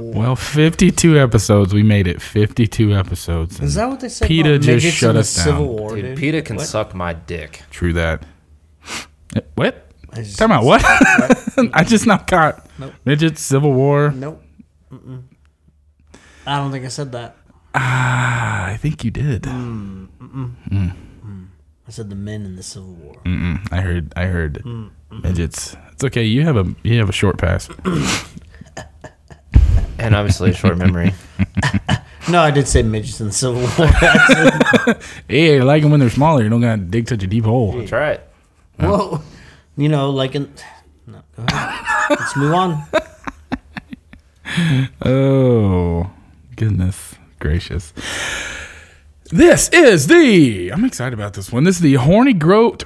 S1: Well, 52 episodes. We made it 52 episodes.
S4: Is that what they said?
S1: PETA
S4: about
S1: just
S4: midgets
S1: shut
S4: in the
S1: us down.
S4: Civil War,
S3: Dude,
S4: dude.
S3: PETA can
S4: What?
S3: suck my dick.
S1: True that. Eh, What?
S4: I just-
S1: Talking about what? Mm. I just not caught.
S4: Nope.
S1: Midget Civil War.
S4: Nope. Mm-mm. I don't think I said that.
S1: Ah, I think you did.
S4: I said the men in the Civil War.
S1: Mm-mm. I heard. I heard. mm. Midgets. It's okay. You have a you have a short pass.
S3: And obviously a short memory.
S4: No, I did say midgets in the Civil War.
S1: hey, I like them when they're smaller. You don't gotta dig such a deep hole.
S3: That's right.
S4: Whoa. You know, like in. No, go ahead. Let's move on.
S1: Oh goodness gracious! This is the. I'm excited about this one. This is the horny groat.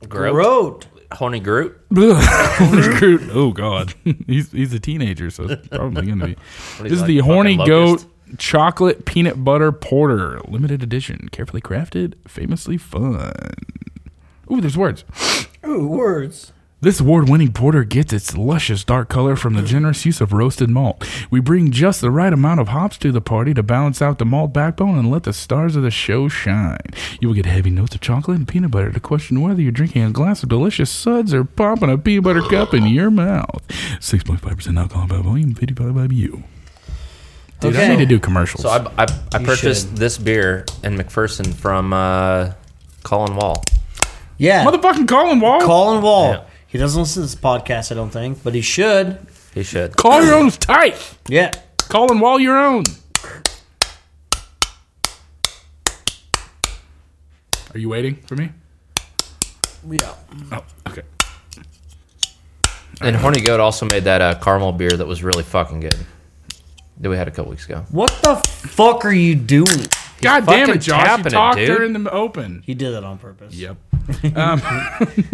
S3: Groot.
S4: Road.
S3: Horny Groot.
S1: Ugh, horny groat. Oh god, he's he's a teenager, so it's probably gonna be. This is
S3: like
S1: the
S3: fucking
S1: horny goat.
S3: locust?
S1: Chocolate peanut butter porter, limited edition, carefully crafted, famously fun. Ooh, there's words.
S4: Ooh, words.
S1: This award winning porter gets its luscious dark color from the generous use of roasted malt. We bring just the right amount of hops to the party to balance out the malt backbone and let the stars of the show shine. You will get heavy notes of chocolate and peanut butter to question whether you're drinking a glass of delicious suds or popping a peanut butter cup in your mouth. 6.5% alcohol by volume, 55 by you. Dude, I
S4: Okay.
S1: need to do commercials.
S3: So I, I, I purchased
S4: should.
S3: this beer in McPherson from uh, Colin Wall.
S4: Yeah.
S1: Motherfucking Colin Wall. Call,
S4: Colin Wall.
S3: Yeah.
S4: He doesn't listen to this podcast, I don't think, but he should.
S3: He should.
S1: your own is tight.
S4: Yeah.
S1: Colin Wall your own. Are you waiting for me?
S4: Yeah.
S1: Oh, okay.
S3: And Horny Goat also made that uh, caramel beer that was really fucking good. That we had a couple weeks ago.
S4: What the fuck are you doing?
S1: God damn it,
S3: fucking
S1: Josh!
S3: tapping
S1: You
S3: it,
S1: talked
S3: dude.
S1: her in the open.
S4: He did that on purpose.
S1: Yep. Um,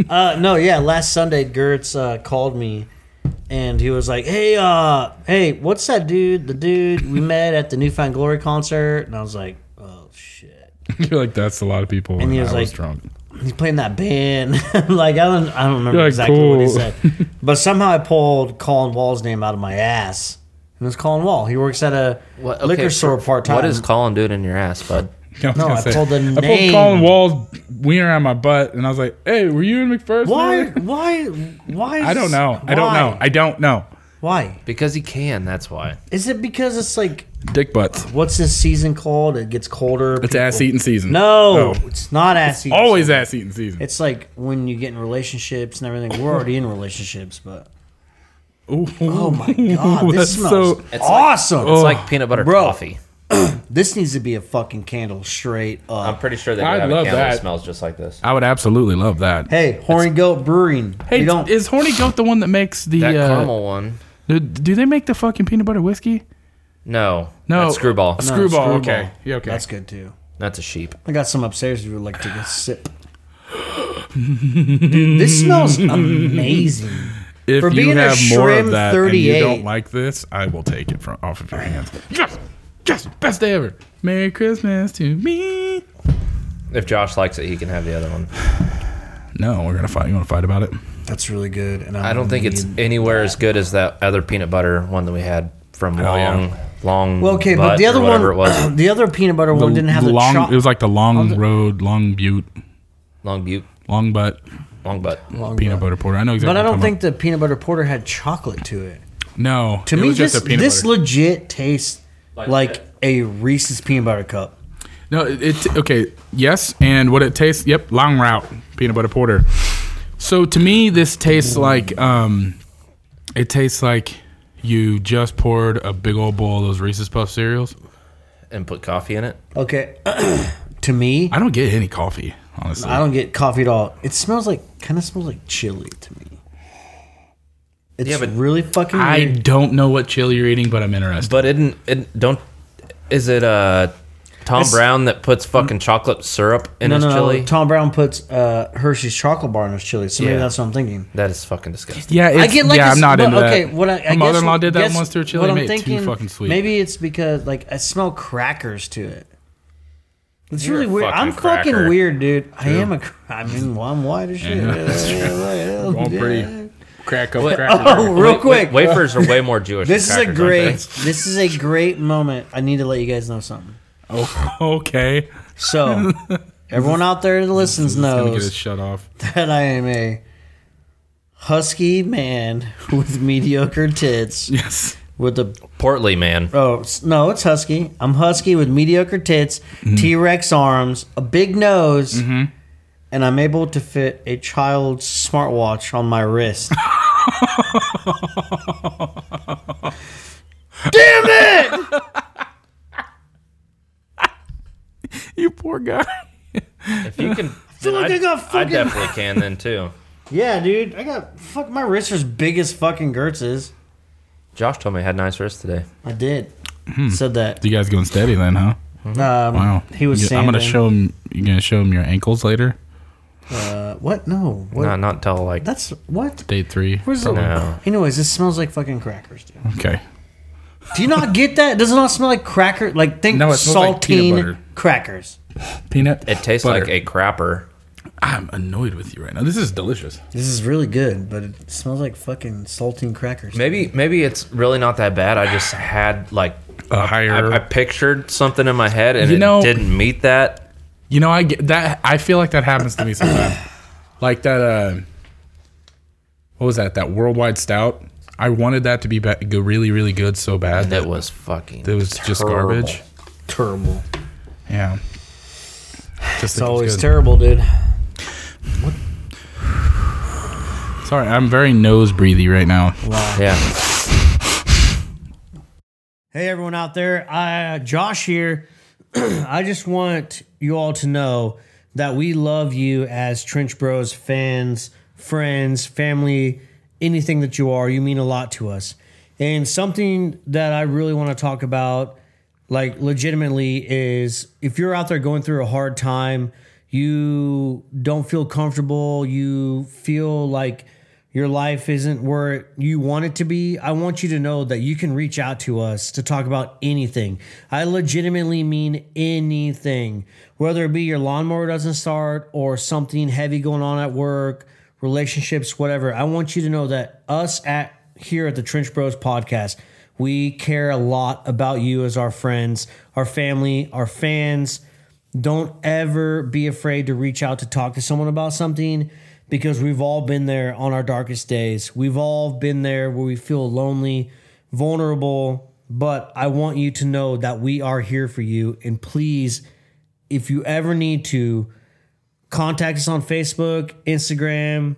S4: Uh, no, yeah. Last Sunday, Gertz uh, called me, and he was like, "Hey, uh, hey, what's that dude? The dude we met at the Newfound Glory concert?" And I was like, "Oh shit."
S1: You're like that's a lot of people. And
S4: he was
S1: I was
S4: like-
S1: drunk.
S4: He's playing that band. like I don't, I don't remember
S1: You're like,
S4: exactly what he
S1: "Cool."
S4: said, but somehow I pulled Colin Wall's name out of my ass, and it's Colin Wall. He works at a
S3: What- okay,
S4: liquor
S3: for-
S4: store part time.
S3: What is Colin doing in your ass, bud?
S1: I was
S4: No,
S1: gonna
S4: I pulled the
S1: I pulled
S4: name.
S1: Colin Wall's wiener out of my butt, and I was like, "Hey, were you in McPherson?"
S4: Why?
S1: earlier?"
S4: Why? Why? Is,
S1: I don't know. I don't
S4: why?
S1: know. I don't know.
S4: Why?
S3: Because he can. That's why.
S4: Is it because it's like
S1: Dick butts.
S4: what's this season called? It gets colder.
S1: It's
S4: people-
S1: ass eating season.
S4: No,
S1: Oh.
S4: it's not ass eating.
S1: Always ass eating season.
S4: It's like when you get in relationships and everything. We're already in relationships, but
S1: Ooh.
S4: oh my god,
S1: That's
S4: this smells
S1: so- Oh,
S4: awesome.
S3: It's like peanut butter
S4: Bro.
S3: toffee.
S4: This needs to be a fucking candle straight
S3: I'm
S4: up.
S3: pretty sure they do
S1: I'd
S3: have a
S1: love
S3: candle that
S1: that.
S3: smells just like this.
S1: I would absolutely love that.
S4: hey, Horny Goat Brewing.
S1: Hey,
S4: we don't.
S1: is Horny Goat the one that makes the
S3: That
S1: uh,
S3: caramel one.
S1: Do, do they make the fucking peanut butter whiskey?
S3: No.
S1: No.
S3: That's screwball.
S1: No. Screwball, okay. Yeah, okay.
S4: Oh, That's good too.
S3: That's a sheep.
S4: I got some upstairs if you would like to take a sip. Dude, this smells amazing.
S1: If
S4: For
S1: you
S4: being a
S1: have more
S4: Shrim
S1: of that and you
S4: 38.
S1: don't like this, I will take it from off of your hands. Yes, yes, best day ever. Merry Christmas to me.
S3: If Josh likes it, he can have the other one.
S1: No, we're gonna fight. You want to fight about it?
S4: That's really good. And I'm
S3: I don't think it's anywhere as good as that other peanut butter one that we had from
S1: Oh, yeah.
S3: Long. Long.
S4: Well, okay,
S3: Butt
S4: but the
S3: or
S4: other one,
S3: whatever it was,
S4: the other peanut butter one Oh, didn't have the Oh,
S1: long.
S4: chocolate.
S1: It was like the long road, long butte,
S3: Long Butte,
S1: long butt
S3: Long Butt.
S1: peanut butter porter. I know exactly.
S4: but I
S1: what you're
S4: don't
S1: talking
S4: think the peanut butter porter had chocolate to it.
S1: about. No,
S4: To
S1: it
S4: me,
S1: was
S4: this
S1: just a peanut
S4: this
S1: butter.
S4: legit tastes like, a Reese's peanut butter cup.
S1: No, it, it okay. Yes, and what it tastes? Yep, long route peanut butter porter. So to me, this tastes like um, it tastes like you just poured a big old bowl of those Reese's Puff cereals.
S3: and put coffee in it.
S4: Okay, to me,
S1: I don't get any coffee, honestly.
S4: I don't get coffee at all. It smells like kind of smells like chili to me. It's
S3: Yeah, but
S4: really fucking
S1: I
S4: weird.
S1: don't know what chili you're eating, but I'm interested.
S3: But it, it don't. Is it uh, Tom
S4: It's-
S3: Brown that puts fucking chocolate syrup in
S4: No,
S3: his
S4: no, no.
S3: chili?
S4: Tom Brown puts uh, Hershey's chocolate bar in his chili, so maybe
S3: Yeah.
S4: that's what I'm thinking.
S3: that is fucking disgusting.
S1: Yeah, it's,
S4: I get like
S1: yeah,
S4: i
S1: I'm not into
S4: okay,
S1: that.
S4: What I, I
S1: My
S4: guess-
S1: mother-in-law did that
S4: guess
S1: once to her chili.
S4: what
S1: and
S4: I'm
S1: made it
S4: thinking,
S1: too fucking sweet.
S4: Maybe it's because like I smell crackers to it. It's
S3: You're
S4: really
S3: a
S4: weird.
S3: fucking
S4: I'm fucking
S3: cracker.
S4: weird, dude. I am a. cr- I mean, well, I'm white as shit.
S1: Yeah,
S4: Yeah.
S1: all pretty crack up, crack
S4: Oh, real quick.
S3: Wa- wafers are way more Jewish.
S4: This
S3: than
S4: is a
S3: crackers, aren't they?
S4: great. This is a great moment. I need to let you guys know something.
S1: Oh, okay,
S4: So, everyone out there that listens
S1: I'm gonna get it
S4: knows
S1: shut off.
S4: that I am a husky man with mediocre tits
S1: Yes,
S4: with a
S3: Portly man.
S4: Oh s- no, it's husky. I'm husky with mediocre tits,
S3: Mm-hmm.
S4: T-Rex arms, a big nose, and I'm able to fit a child's smartwatch on my wrist. Damn it!
S1: you poor guy.
S3: If you can,
S4: feel
S3: then
S4: like I got fucking-
S3: definitely can then too.
S4: Yeah, dude, I got fuck. My wrists are as big as fucking Gertz's.
S3: Josh told me I had nice wrists today.
S4: I did
S3: Hmm.
S4: said that.
S1: You guys going steady then, huh?
S4: Um,
S1: Wow.
S4: He was.
S1: You- I'm gonna
S4: sanding.
S1: show him. You gonna show him your ankles later?
S4: Uh, what? No. What?
S3: Not not till like
S4: That's what.
S1: Day three.
S4: Where's the?
S3: no.
S4: Anyways, this smells like fucking crackers, dude.
S1: Okay.
S4: Do you not get that? Does it not smell like cracker? Like think
S1: No, it smells like peanut
S4: saltine
S1: butter.
S4: crackers.
S1: Peanut.
S3: It tastes
S1: butter.
S3: like a crapper.
S1: I'm annoyed with you right now. This is delicious.
S4: This is really good, but it smells like fucking saltine crackers.
S3: Maybe maybe it's really not that bad. I just had like
S1: A higher.
S3: I, I pictured something in my head and
S1: You
S3: it
S1: know-
S3: didn't meet that.
S1: you know, I get that. I feel like that happens to me sometimes. like that. Uh, what was that? That worldwide stout. I wanted that to be, be- go really, really good so bad that
S3: That was fucking.
S1: it was just
S3: terrible.
S1: garbage.
S4: terrible.
S1: Yeah. Just
S4: It's
S1: think
S4: always
S1: good.
S4: terrible, dude.
S1: Sorry, I'm very nose breathy right now.
S3: Yeah,
S4: Hey everyone out there, I, Josh here. I just want you all to know that we love you as Trench Bros fans, friends, family, anything that you are. You mean a lot to us. And something that I really want to talk about, like legitimately, is if you're out there going through a hard time, you don't feel comfortable, you feel like your life isn't where you want it to be, I want you to know that you can reach out to us to talk about anything. I legitimately mean anything, whether it be your lawnmower doesn't start or something heavy going on at work, relationships, whatever. I want you to know that us at here at the Trench Bros podcast, we care a lot about you as our friends, our family, our fans don't ever be afraid to reach out to talk to someone about something because we've all been there on our darkest days. We've all been there where we feel lonely, vulnerable, but I want you to know that we are here for you. And please, if you ever need to, contact us on Facebook, Instagram,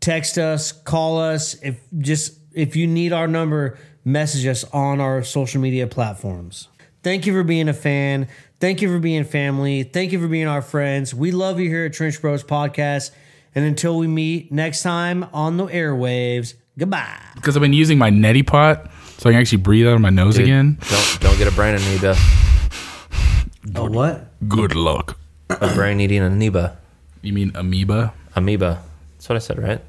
S4: text us, call us. If just if you need our number, message us on our social media platforms. Thank you for being a fan. Thank you for being family. Thank you for being our friends. We love you here at Trench Bros Podcast. And until we meet next time on the airwaves, goodbye.
S1: Because I've been using my neti pot so I can actually breathe out of my nose again.
S3: Don't don't get a brain amoeba.
S4: Oh, what?
S1: Good luck.
S3: A brain eating amoeba.
S1: You mean amoeba?
S3: Amoeba. That's what I said, right?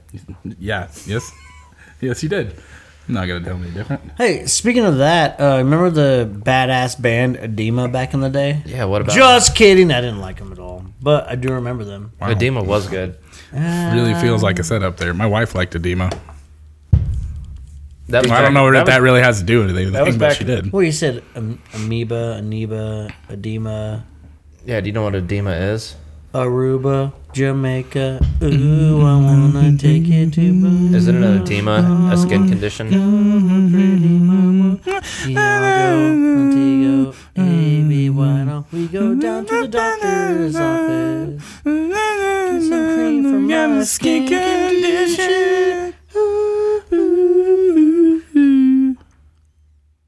S1: Yeah. Yes. yes, you did. I'm not gonna tell me different.
S4: Hey, speaking of that, uh, remember the badass band Edema back in the day?
S3: Yeah. What about
S4: Just kidding. I didn't like them at all, but I do remember them.
S1: Wow.
S3: Edema was good.
S4: Um,
S1: really feels like a setup there. My wife liked edema.
S3: That was
S1: I don't
S3: back-
S1: know if that,
S3: was-
S1: really has to do with anything,
S3: that was
S1: but
S3: back-
S1: she did.
S4: Well, you said am- amoeba, amoeba, edema,
S3: Yeah. Do you know what edema is?
S4: Aruba, Jamaica. Ooh, I
S1: Mm-hmm.
S4: wanna take you to Bahamas.
S3: Isn't it an edema a skin condition?
S4: Tiago, Montego, baby,
S1: Mm-hmm.
S4: why don't we go down to the doctor's office? Get some cream for my skin condition.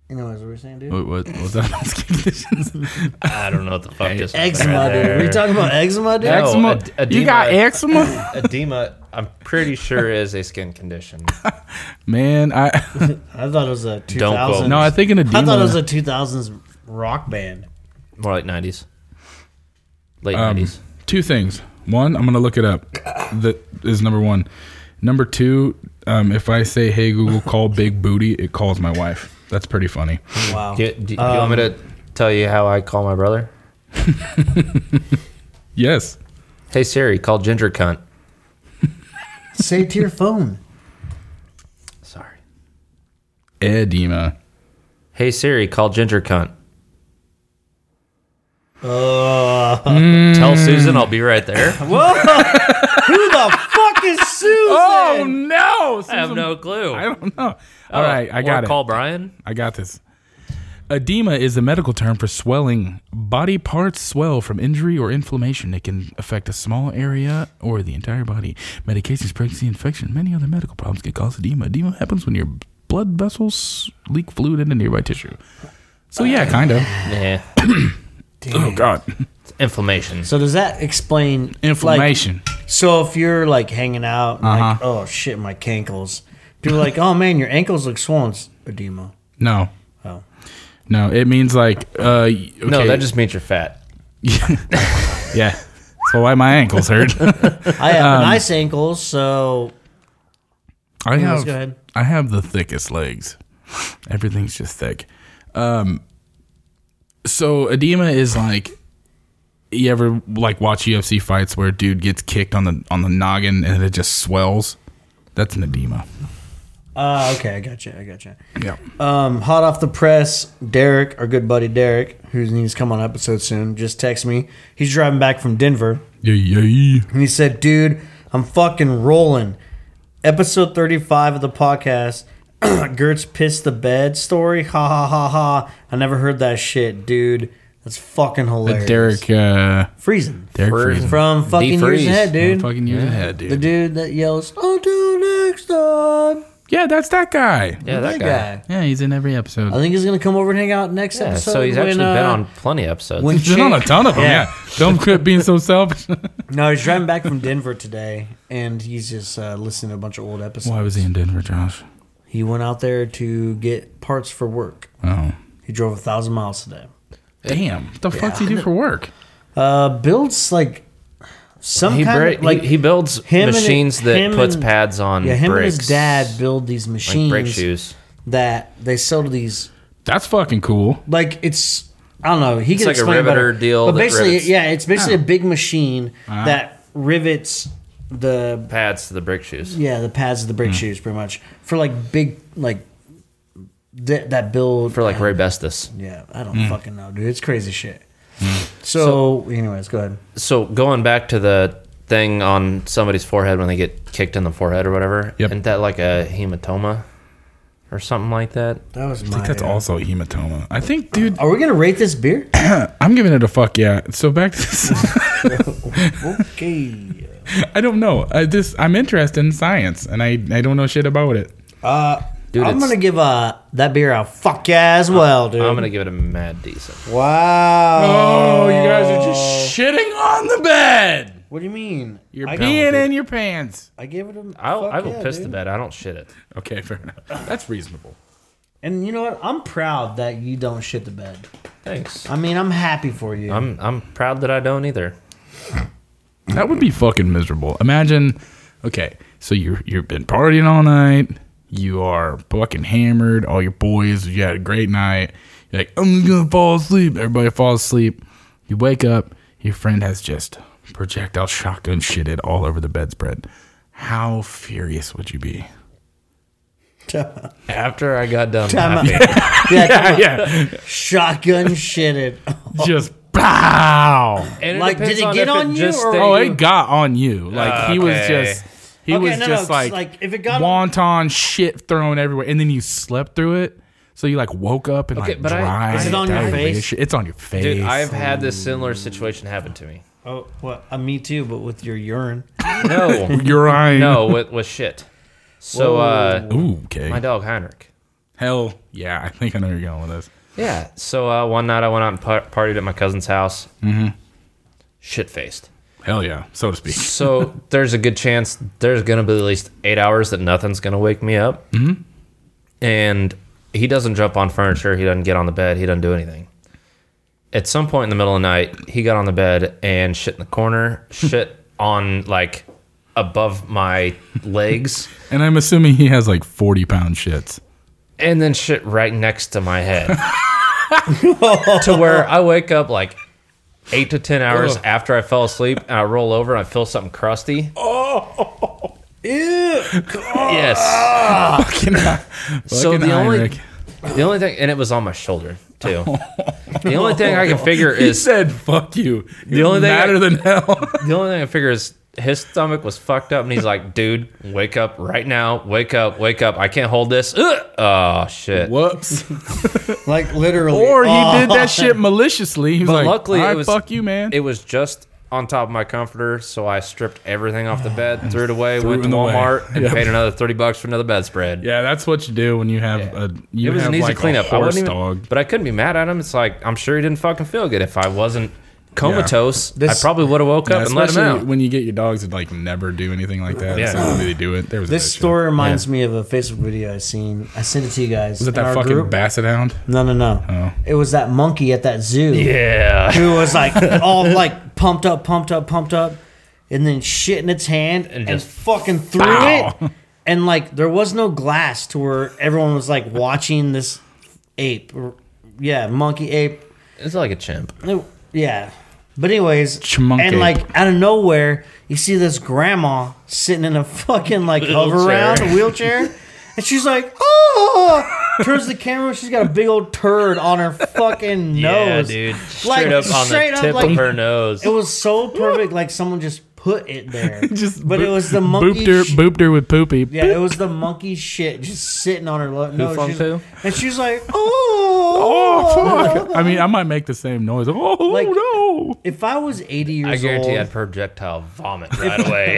S4: You know what we were saying, dude?
S1: What, what was that? about skin conditions?
S3: I don't know what the fuck this was
S4: Eczema,
S3: right
S4: dude. Are
S3: there.
S4: you talking about eczema, dude?
S3: No,
S1: Eczema-
S3: ed- edema.
S1: You got eczema,
S3: Edema, I'm pretty sure is a skin condition.
S1: man. I
S4: I thought it was a
S3: Don't quote
S4: 2000s.
S3: me.
S1: no, I think an edema.
S4: I thought it was a 2000s rock band.
S3: More like 90s. Late
S1: Um,
S3: 90s.
S1: Two things. One, I'm gonna look it up. That is number one. Number two, um, if I say "Hey Google, call Big Booty," it calls my wife. That's pretty funny.
S4: Wow.
S3: Do, do- do you want me
S1: um,
S3: to tell you how I call my brother?
S1: Yes.
S3: Hey Siri, call Ginger Cunt.
S4: Save to your phone.
S3: Sorry.
S1: Edema.
S3: Hey Siri, call Ginger Cunt.
S4: Uh,
S3: Tell Susan I'll be right there.
S4: who the fuck is Susan?
S1: Oh no!
S3: I have no clue. Uh,
S1: I don't know. All right, I got it.
S3: Call Brian.
S1: I got this. Edema is the medical term for swelling. Body parts swell from injury or inflammation. It can affect a small area or the entire body. Medications, pregnancy, infection, many other medical problems can cause edema. Edema happens when your blood vessels leak fluid into nearby tissue. So yeah, kind of.
S3: Yeah.
S1: Oh god,
S3: It's inflammation.
S4: So does that explain
S1: inflammation.
S4: Like, so if you're like hanging out, and like, oh shit, my cankles. People are like, oh man, your ankles look swollen. It's edema.
S1: no,
S4: Oh,
S1: no, it means like uh. y- Okay.
S3: No, that just means you're fat.
S1: yeah. So why my ankles hurt?
S4: I have nice ankles, so
S1: I
S4: Yeah, let's
S1: have
S4: go ahead.
S1: I have the thickest legs. Everything's just thick. Um so edema is like you ever like watch UFC fights where a dude gets kicked on the on the noggin and it just swells? That's an edema.
S4: uh, okay, I got you, I got you.
S1: Yeah.
S4: Um, hot off the press, Derek, our good buddy Derek, who needs to come on episode soon, just text me. He's driving back from Denver.
S1: Yeah, yeah, yeah.
S4: And he said, dude, I'm fucking rolling. Episode 35 of the podcast, Gertz pissed the bed story. Ha ha ha ha. I never heard that shit, dude. That's fucking hilarious.
S1: Derek uh
S4: Freezing.
S1: Derek
S3: Frozen.
S1: Friesen.
S4: From fucking years
S3: Defreeze.
S4: ahead, dude.
S1: Fucking years ahead, dude.
S4: The dude that yells, until next time.
S1: Yeah, that's that guy.
S3: Yeah, that,
S4: That
S3: guy.
S4: guy.
S1: Yeah, he's in every episode.
S4: I think he's going to come over and hang out next
S3: Yeah,
S4: episode.
S3: so he's
S4: when,
S3: actually been
S4: uh,
S3: on plenty of episodes.
S4: when
S1: He's been on a
S4: Jake-
S1: ton of them.
S4: Yeah.
S1: Yeah. Don't quit being so selfish.
S4: No, he's driving back from Denver today, and he's just uh, listening to a bunch of old episodes.
S1: Why was he in Denver, Josh?
S4: He went out there to get parts for work.
S1: Oh.
S4: He drove a thousand miles today.
S1: Damn. What the fuck do you do for work?
S4: Uh, builds like some
S3: he,
S4: kind
S3: bra-
S4: of like
S3: he, he builds
S4: him and-
S3: machines that
S4: him
S3: puts
S4: and-
S3: pads on
S4: yeah. Him
S3: bricks.
S4: and his dad build these
S3: like
S4: machines
S3: brake shoes.
S4: that they sell to these.
S1: That's fucking cool.
S4: Like it's I don't know. He can
S3: like a
S4: explain better.
S3: riveter deal
S4: but
S3: that
S4: basically,
S3: rivets.
S4: yeah, it's basically a big machine
S1: Uh-huh.
S4: that rivets the
S3: Pads to the brick shoes.
S4: yeah the pads of the
S1: Hmm.
S4: brake shoes pretty much for like big like that that build
S3: For like Ray Bestis.
S4: Yeah, I
S1: Hmm.
S4: don't fucking know, dude. It's crazy shit. So, anyways, go ahead.
S3: so going back to the thing on somebody's forehead when they get kicked in the forehead or whatever,
S1: Yep.
S3: isn't that like a hematoma or something like that?
S4: That was
S1: I
S4: my.
S1: think that's also a hematoma. I think, dude,
S4: Are we gonna rate this beer?
S1: I'm giving it a fuck yeah. So back to this,
S4: okay.
S1: I don't know. I just I'm interested in science, and I I don't know shit about it.
S4: Uh,
S3: Dude,
S4: I'm
S3: it's-
S4: gonna give uh, that beer a fuck yeah as well, dude.
S3: I'm gonna give it a mad decent.
S4: wow.
S1: Oh, you guys are just shitting on the bed.
S4: What do you mean?
S1: You're
S4: I,
S1: peeing in your pants.
S4: I gave it a.
S3: I'll,
S4: fuck
S3: I will
S4: yeah,
S3: piss
S4: dude.
S3: the bed. I don't shit it.
S1: Okay, fair enough. That's reasonable.
S4: And you know what? I'm proud that you don't shit the bed.
S3: Thanks.
S4: I mean, I'm happy for you.
S3: I'm I'm proud that I don't either.
S1: That would be fucking miserable. Imagine, okay, so you you've been partying all night, you are fucking hammered, all your boys, you had a great night. You're like, I'm just gonna fall asleep. Everybody falls asleep. You wake up, your friend has just projectile shotgun shitted all over the bedspread. How furious would you be?
S3: After I got done,
S4: Time out.
S3: laughing,
S4: Yeah, time out.
S1: Yeah,
S4: shotgun shitted.
S1: just pow.
S3: and
S4: Like, did
S3: depends
S4: it get
S3: if
S4: on you or-
S3: stayed-
S1: Oh, it got on you. Like he was
S3: Okay.
S1: just he
S4: Okay,
S1: was
S4: no, no,
S1: just
S4: it's
S1: like,
S4: like, if it got-
S1: wonton shit thrown everywhere, and then you slept through it. So you like woke up and
S3: Okay,
S1: like
S3: but I-
S1: dry.
S3: Is it
S4: on your
S1: diarrhea
S4: face?
S1: shit. It's on your face.
S3: dude, I've had this similar situation happen to me.
S4: oh, well, uh, me too, but with your urine.
S3: No,
S1: urine.
S3: no, with with shit. So uh,
S1: Ooh, okay.
S3: my dog Heinrich.
S1: Hell yeah! I think I know where you're going with this.
S3: Yeah. So uh, one night I went out and par- partied at my cousin's house. Mm-hmm. Shit faced.
S1: Hell yeah, so to speak.
S3: So there's a good chance there's gonna be at least eight hours that nothing's gonna wake me up. Mm-hmm. And he doesn't jump on furniture. He doesn't get on the bed. He doesn't do anything. At some point in the middle of the night, he got on the bed and shit in the corner, shit on like above my legs,
S1: And I'm assuming he has like 40 pound shits.
S3: and then shit right next to my head. to where I wake up like eight to ten hours after I fell asleep, and I roll over and I feel something crusty.
S4: Ew.
S3: Yes. So
S1: Fucking
S3: the only-
S1: Heinrich.
S3: The only thing, and it was on my shoulder too. the only thing I can figure
S1: he
S3: is
S1: said, "Fuck you." The
S3: only thing I-
S1: matter than hell.
S3: the only thing I figure is his stomach was fucked up, and he's like, "Dude, wake up right now! Wake up! Wake up! I can't hold this!" Ugh. Oh shit!
S1: Whoops.
S4: Like literally.
S1: Or he
S4: Oh.
S1: did that shit maliciously. He was
S3: But
S1: like,
S3: luckily,
S1: "All
S3: it
S1: right,
S3: was
S1: fuck you, man."
S3: It was just on top of my comforter, so I stripped everything off the bed, threw it away,
S1: threw
S3: went
S1: it
S3: to
S1: in the way.
S3: Walmart, and
S1: Yep.
S3: paid another thirty bucks for another bedspread.
S1: Yeah, that's what you do when you have a. You
S3: It was
S1: have
S3: an easy
S1: like
S3: cleanup.
S1: A
S3: I
S1: horse
S3: wasn't even,
S1: dog.
S3: but I couldn't be mad at him. It's like I'm sure he didn't fucking feel good. If I wasn't comatose,
S4: This-
S3: I probably would have woke
S1: Yeah,
S3: up and let him
S1: especially
S3: out.
S1: when you get your dogs that like never do anything like that.
S3: Yeah.
S1: Yeah, so they do it. There was
S4: This
S1: that
S4: story reminds me of a Facebook video I seen. I sent it to you guys.
S1: Shit. Was it that fucking basset hound?
S4: No, no, no. It was that monkey at that zoo.
S3: Yeah.
S4: Who was like all like pumped up, pumped up, pumped up, and then shit in its hand and,
S3: just
S4: fucking threw
S1: pow.
S4: it. And like there was no glass to where everyone was like watching this ape. or- Yeah, monkey ape.
S3: It's like a chimp.
S4: No, Yeah. But anyways,
S1: Chmunk
S4: and
S1: ape.
S4: like out of nowhere, you see this grandma sitting in a fucking like hover around a wheelchair, and she's like, "Oh!" Turns the camera, she's got a big old turd on her fucking nose,
S3: Straight up on the tip of her nose.
S4: It was so perfect, like someone just put it there.
S1: Just
S4: but it
S1: boop-
S4: was the monkey.
S1: booped her,
S4: sh-
S1: booped her with poopy.
S4: yeah, it was the monkey shit just sitting on her lo- nose.
S3: Fung
S4: she's-
S3: Fu?
S4: And she's like,
S1: Oh
S4: "Oh,
S1: fuck! I mean, I might make the same noise. Oh
S4: Like-
S1: no!
S4: If I was 80 years
S3: I guarantee
S4: old,
S3: I'd projectile vomit right away.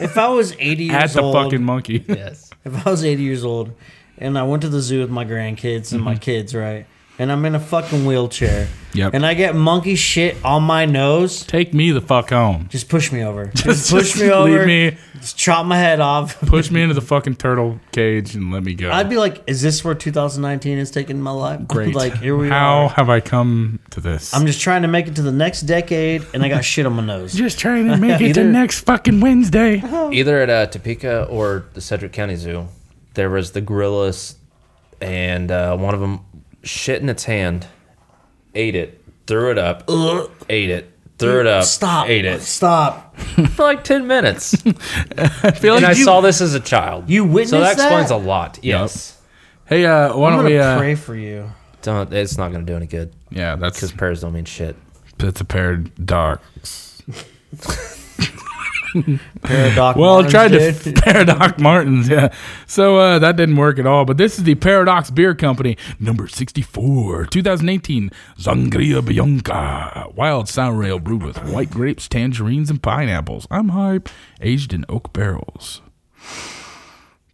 S4: If I was 80 years
S1: At the
S4: old,
S1: fucking monkey.
S3: yes.
S4: if I was 80 years old, and I went to the zoo with my grandkids and my kids, right? And I'm in a fucking wheelchair.
S1: Mm-hmm. Yep.
S4: And I get monkey shit on my nose.
S1: Take me the fuck home.
S4: Just push me over. Just,
S1: Just-
S4: push
S1: just
S4: me over.
S1: Leave me.
S4: Just chop my head off.
S1: Push me into the fucking turtle cage and let me go.
S4: I'd be like, is this where 2019 is taking my life?
S1: Great.
S4: like here we
S1: How
S4: are.
S1: have I come to this?
S4: I'm just trying to make it to the next decade, and I got shit on my nose.
S1: just trying to make it to
S3: Either-
S1: next fucking Wednesday.
S4: Uh-huh.
S3: Either at uh, Topeka or the Cedric County Zoo, there was the gorillas, and uh, one of them shit in its hand, ate it, threw it up, ate it, threw it up,
S4: Stop.
S3: ate it
S4: Stop.
S3: for like ten minutes.
S1: I feel
S3: and I
S1: like you-
S3: saw this as a child.
S4: You
S3: so
S4: witnessed
S3: that explains
S4: that?
S3: a lot. Yes.
S1: Hey, uh, why
S4: I'm
S1: don't
S4: gonna
S1: we? Uh,
S4: pray for you.
S3: Don't. It's not going to do any good
S1: yeah, that's
S3: because prayers don't mean shit.
S1: that's a paradox.
S4: Paradox.
S1: Well, I
S4: Barnes,
S1: tried
S4: dude.
S1: to paradox Martins. Yeah, so uh, that didn't work at all. But this is the Paradox Beer Company, number sixty-four, two thousand eighteen, Sangria Bianca, wild sour ale brewed with white grapes, tangerines, and pineapples. I'm hype. Aged in oak barrels.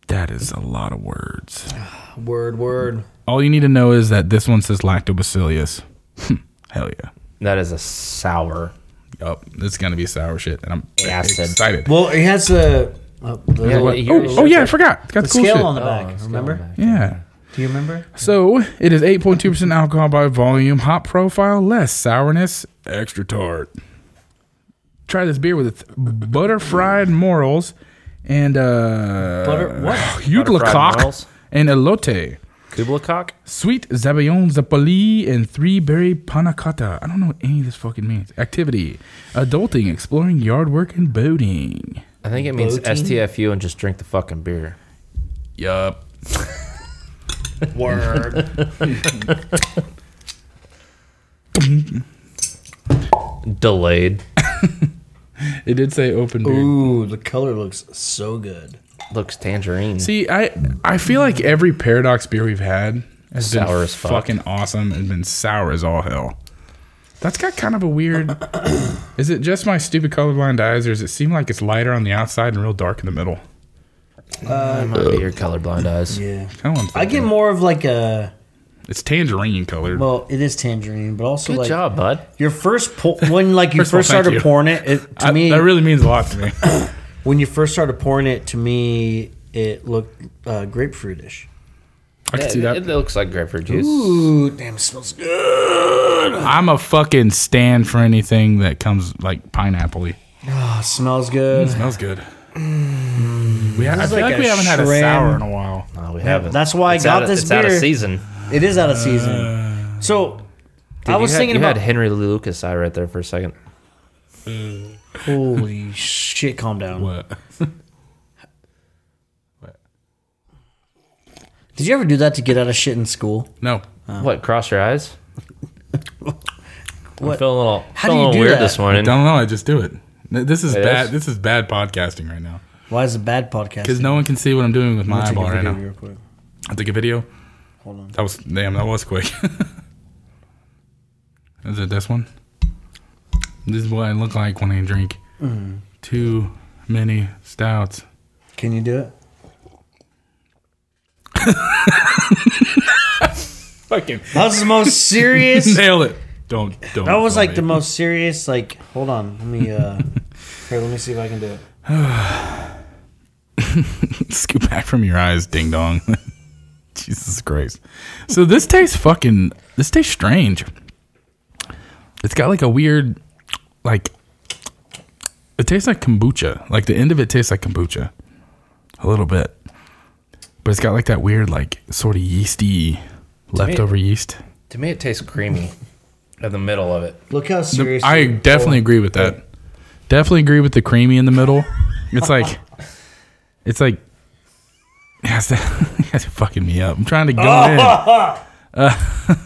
S1: That is a lot of words.
S4: Word, word.
S1: All you need to know is that this one says lactobacillus. Hmm, Hell yeah.
S3: That is a sour.
S1: Yup. It's gonna be sour shit, and I'm e-,
S3: Acid.
S1: excited.
S4: Well, it has a. Oh, the
S3: Yeah,
S4: little-
S3: what-
S1: oh,
S3: Here's-
S1: oh yeah, I forgot. It's got
S4: the
S1: the cool
S4: scale
S1: shit.
S4: on the
S3: Oh,
S4: back.
S3: it's
S4: remember?
S3: going back.
S1: yeah.
S4: Do you remember?
S1: So it is 8.2% alcohol by volume, hop profile, less sourness, extra tart. Try this beer with th- butter fried morals and uh,
S4: Butter- what?
S3: Butter fried
S1: Eudlecock
S3: morels?
S1: and elote.
S3: Kubla cock?
S1: Sweet Zabillon Zapoli and Three Berry Panacotta. I don't know what any of this fucking means. Activity Adulting, exploring yard work, and boating.
S3: I think it means
S4: Protein?
S3: STFU and just drink the fucking beer.
S1: Yup.
S4: Word.
S3: Delayed.
S1: It did say open beer.
S4: Ooh, the color looks so good.
S3: Looks tangerine.
S1: See, I I feel like every paradox beer we've had has
S3: Sour
S1: been
S3: as fuck.
S1: fucking awesome and been sour as all hell. That's got kind of a weird. is it just my stupid colorblind eyes, or does it seem like it's lighter on the outside and real dark in the middle?
S3: I might be your colorblind eyes.
S4: Yeah.
S1: Kind of
S4: I get more of like a
S1: it's tangerine colored.
S4: well, it is tangerine, but also
S3: Good
S4: like
S3: job, bud.
S4: your first pour when like you
S1: First
S4: first,
S1: of all, thank
S4: started
S1: you.
S4: pouring it. it to
S1: I-
S4: me,
S1: that really means a lot to me.
S4: when you first started pouring it, to me, it looked uh, grapefruitish.
S1: I can see that.
S3: It, it looks like grapefruit juice.
S4: Ooh, damn, it smells good.
S1: I'm a fucking stand for anything that comes like pineapple-y.
S4: Oh, it smells good.
S1: Smells good. We ha- I feel
S4: is Mm. like
S1: like,
S4: a
S1: we haven't had a
S4: shrimp.
S1: sour in a while.
S3: No, Uh, we haven't.
S4: That's why I
S3: It's
S4: got
S3: out of-
S4: this
S3: it's out of
S4: beer.
S3: season.
S4: It is out of season. So I
S3: Dude,
S4: was
S3: you had,
S4: thinking
S3: you
S4: about
S3: had Henry Lucas eye right there for a second.
S4: holy shit. Calm down.
S1: What?
S4: Did you ever do that to get out of shit in school?
S1: No.
S4: Oh.
S3: What? Cross your eyes. I'm
S4: What?
S3: feeling a little,
S4: How do
S3: feeling a
S4: you
S3: little
S4: do
S3: weird
S4: that?
S3: this
S1: I
S3: morning.
S1: don't know. I just do it. Th- This is
S3: It
S1: bad.
S3: is?
S1: This is bad podcasting right now
S4: Why is it bad podcast?
S1: because no one can see what I'm doing with my
S4: Let's take a
S1: eyeball right
S4: video
S1: now.
S4: real quick.
S1: I took a video.
S4: Hold on.
S1: That was damn. That was quick. is it this one? This is what I look like when I drink
S4: Mm.
S1: too many stouts.
S4: Can you do it?
S1: Fucking
S4: That was the most serious. that
S1: nail it. Don't don't.
S4: was
S1: don't
S4: like the
S1: make-
S4: most serious. Like, hold on. Let me. uh Here, let me see if I can do it.
S1: scoop back from your eyes, ding dong. Jesus Christ. So this tastes fucking this tastes strange. It's got like a weird like it tastes like kombucha. Like the end of it tastes like kombucha. A little bit. But it's got like that weird like sort of yeasty leftover yeast.
S3: To me, it tastes creamy in the middle of it.
S4: Look how serious.
S1: I definitely agree with that. Definitely agree with the creamy in the middle. It's like, it's like, that's that's fucking me up. I'm trying to go
S3: Oh.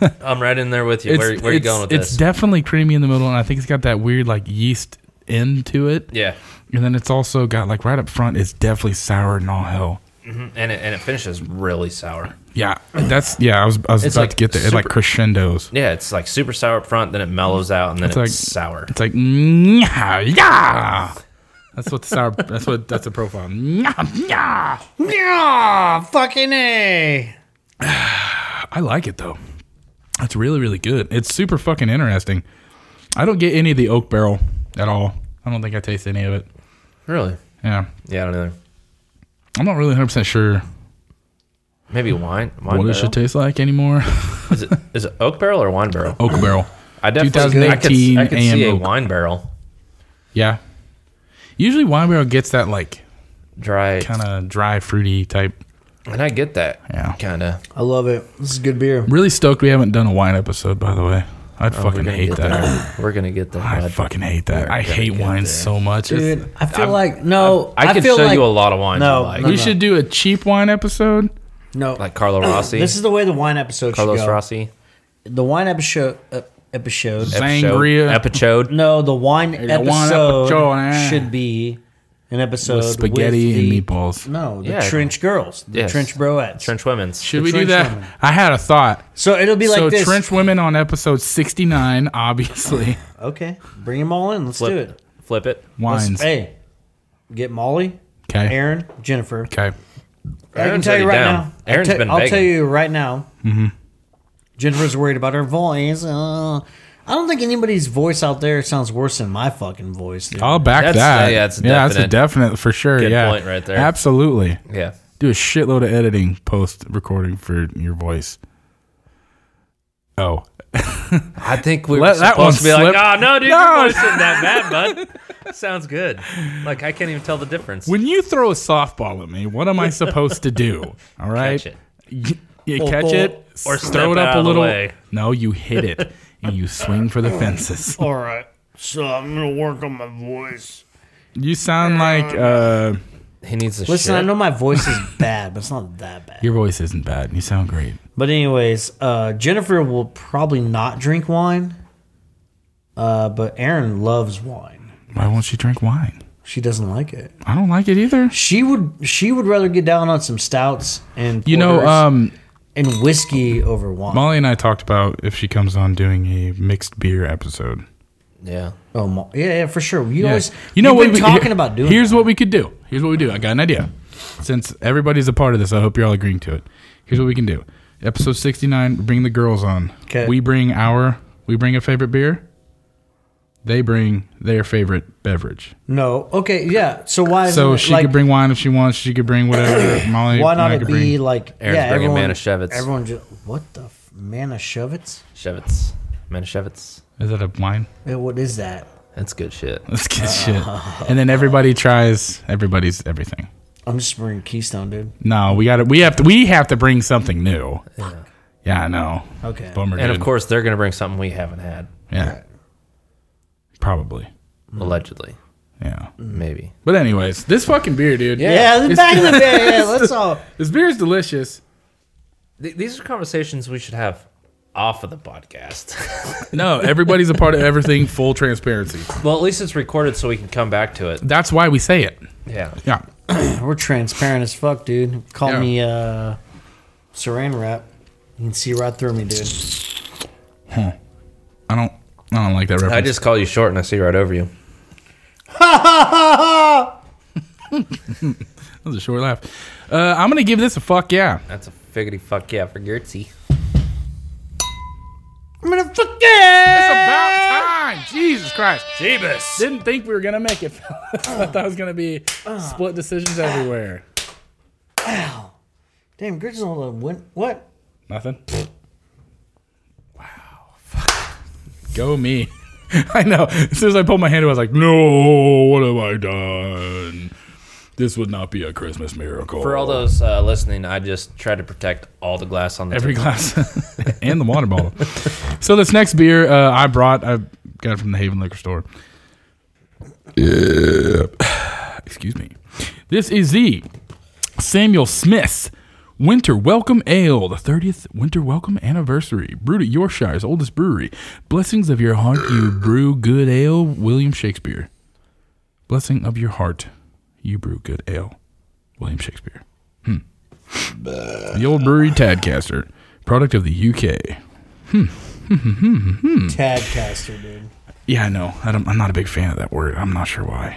S1: in.
S3: I'm right in there with you.
S1: It's,
S3: where where are you
S1: it's-
S3: going with
S1: it's
S3: this?
S1: definitely creamy in the middle, and I think it's got that weird like yeast end to it.
S3: yeah,
S1: And then it's also got like right up front. It's definitely sour and all hell.
S3: and it, and it finishes really sour.
S1: Yeah, that's yeah. I was I was
S3: It's
S1: about
S3: like
S1: to get there. it like
S3: super-
S1: crescendos.
S3: Yeah, it's like super sour up front, then it mellows out, and then it's,
S1: like-
S3: sour.
S1: It's like yeah, yeah. That's what the sour. that's what that's the profile. Yeah, yeah.
S4: Yeah, fucking a.
S1: I like it though. It's really, really good. It's super fucking interesting. I don't get any of the oak barrel at all. I don't think I taste any of it.
S3: Really?
S1: Yeah.
S3: Yeah, I don't know.
S1: I'm not really 100% sure
S3: Maybe wine. wine
S1: what it
S3: barrel?
S1: should taste like anymore.
S3: Is it is it oak barrel or wine barrel?
S1: oak barrel.
S3: I definitely I could,
S1: 2018
S3: I could see
S1: AM
S3: a
S1: oak.
S3: wine barrel
S1: Yeah. Usually wine barrel gets that like
S3: dry,
S1: kind of dry, fruity type.
S3: and I get that.
S1: Yeah.
S3: kind of.
S4: I love it. This is good beer.
S1: Really stoked we haven't done a wine episode, by the way. I'd fucking
S3: gonna
S1: hate
S3: get
S1: that.
S3: there. We're gonna get there.
S1: I
S3: bud.
S1: fucking hate that. I
S3: gonna
S1: hate
S3: get
S1: wine
S3: there.
S1: so much. It's-
S4: Dude, I feel like no.
S3: I could
S4: feel
S3: show
S4: like,
S3: you a lot of wines.
S4: No,
S3: you like.
S4: no,
S1: we
S4: no.
S1: should do a cheap wine episode.
S4: No,
S3: like Carlo Rossi,
S4: this is the way the wine episode
S3: Carlos
S4: should go.
S3: Rossi,
S4: The wine episode. Uh, episode.
S1: Sangria.
S3: Epichode.
S4: No, the wine
S1: the wine
S4: episode
S1: episode. eh.
S4: should be an episode
S1: With
S4: with
S1: spaghetti
S4: the-
S1: and meatballs.
S4: No, the
S3: Yeah.
S4: trench girls, the
S3: Yes.
S4: trench broettes.
S3: Trench Women's.
S1: Should we do
S4: trench
S1: that?
S4: women.
S1: I had a thought.
S4: So it'll be like
S1: so
S4: this.
S1: trench women on episode 69 obviously
S4: okay, bring them all in. Let's do
S3: flip,
S4: it.
S3: flip it.
S4: Let's-
S1: wines
S4: hey, get Molly,
S1: okay
S4: Aaron, Jennifer.
S1: okay
S4: I can
S3: Aaron's
S4: tell you
S3: already
S4: right
S3: down.
S4: now. I'll
S3: Aaron's
S4: tell-
S3: been
S4: I'll tell
S3: begging.
S4: you right now.
S1: Mm-hmm.
S4: Jennifer's worried about her voice. Uh, I don't think anybody's voice out there sounds worse than my fucking voice. dude.
S1: I'll back
S3: That's-
S1: that.
S3: yeah, it's a
S1: that's a definite for sure.
S3: good
S1: yeah,
S3: point right there.
S1: Absolutely.
S3: Yeah.
S1: Do a shitload of editing post recording for your voice. Oh,
S3: I think we
S1: Let
S3: were
S1: that one
S3: supposed to be
S1: slip.
S3: like, oh, no, dude,
S1: No.
S3: your voice isn't that bad, bud. Sounds good. Like, I can't even tell the difference.
S1: when you throw a softball at me, what am I supposed to do? All right,
S3: Catch it.
S1: You, you catch it
S3: Or
S1: s-
S3: step it out of the way.
S1: No, you hit it and you swing for the fences.
S4: All right. So I'm gonna work on my voice.
S1: You sound like uh,
S3: He needs a
S4: Listen,
S3: shit.
S4: I know my voice is bad, but it's not that bad.
S1: your voice isn't bad. You sound great.
S4: But anyways, uh, Jennifer will probably not drink wine. Uh, but Aaron loves wine.
S1: Why won't she drink wine?
S4: She doesn't like it.
S1: I don't like it either.
S4: She would. She would rather get down on some stouts and
S1: You know,
S4: porters
S1: um,
S4: and whiskey over wine.
S1: Molly and I talked about if she comes on doing a mixed beer episode.
S3: Yeah.
S4: Oh, mo- yeah, yeah, for sure. You always,
S1: you know
S4: we've
S1: what
S4: been
S1: we
S4: talking
S1: here-
S4: about doing.
S1: Here's
S4: that.
S1: what we could do. Here's what we do. I got an idea. Since everybody's a part of this, I hope you're all agreeing to it. Here's what we can do. Episode 69, we bring the girls on.
S4: 'Kay.
S1: We bring our we bring a favorite beer. They bring their favorite beverage.
S4: no, okay, yeah. So why?
S1: So
S4: isn't it,
S1: she
S4: like,
S1: could bring wine if she wants. She could bring whatever. Molly,
S4: Why
S1: and
S4: not E?
S1: I
S4: it
S1: could
S4: be like
S3: Aaron's
S4: yeah,
S3: bringing
S4: everyone,
S3: Manischewitz.
S4: Everyone, just, what the f- Manischewitz?
S3: Shevitz. Manischewitz.
S1: Is that a wine?
S4: Eh, What is that?
S3: That's good shit.
S1: Let's get shit. And then everybody tries everybody's everything.
S4: I'm just bringing Keystone, dude.
S1: No, we got to. We have to. We have to bring something new. Yeah, I know.
S4: Okay.
S1: Bummer.
S3: And of
S1: dude.
S3: course, they're going to bring something we haven't had,
S1: yeah, probably.
S3: Mm. allegedly.
S1: Yeah.
S3: Maybe.
S1: But anyways, this fucking beer, dude.
S4: Yeah, back in the day. Yeah, let's all.
S1: This beer is delicious.
S3: Th- these are conversations we should have off of the podcast.
S1: No, everybody's a part of everything. Full transparency.
S3: well, at least it's recorded so we can come back to it.
S1: That's why we say it.
S3: Yeah.
S1: Yeah.
S4: We're transparent as fuck, dude. Call
S1: Yeah.
S4: me uh, Saran wrap. You can see right through me, dude.
S1: I don't. I don't like that reference.
S3: I just call you short and I see right over you.
S1: that was a short laugh. Uh, I'm gonna give this a fuck yeah.
S3: That's a figgity fuck yeah for Gertzy.
S4: I'm gonna fuck yeah.
S1: It's about time. Jesus Christ.
S3: Jeebus.
S1: Didn't think we were gonna make it. fellas. I thought it was gonna be split decisions everywhere.
S4: Damn, Griswold went. What?
S1: Nothing. Wow. Fuck. Go me. I know. As soon as I pulled my hand, away, I was like, "No, what have I done? This would not be a Christmas miracle."
S3: For all those uh, listening, I just tried to protect all the glass on the
S1: every
S3: table.
S1: glass and the water bottle. so this next beer uh, I brought, I got it from the Haven Liquor Store. Excuse me. This is the Samuel Smith Winter Welcome Ale, the 30th Winter Welcome Anniversary, brewed at Yorkshire's oldest brewery. Blessings of your heart, you brew good ale, William Shakespeare. Blessing of your heart, you brew good ale, William Shakespeare. The old brewery Tadcaster, product of the UK.
S4: Tadcaster, dude.
S1: Yeah, I know. I don't, I'm not a big fan of that word. I'm not sure why.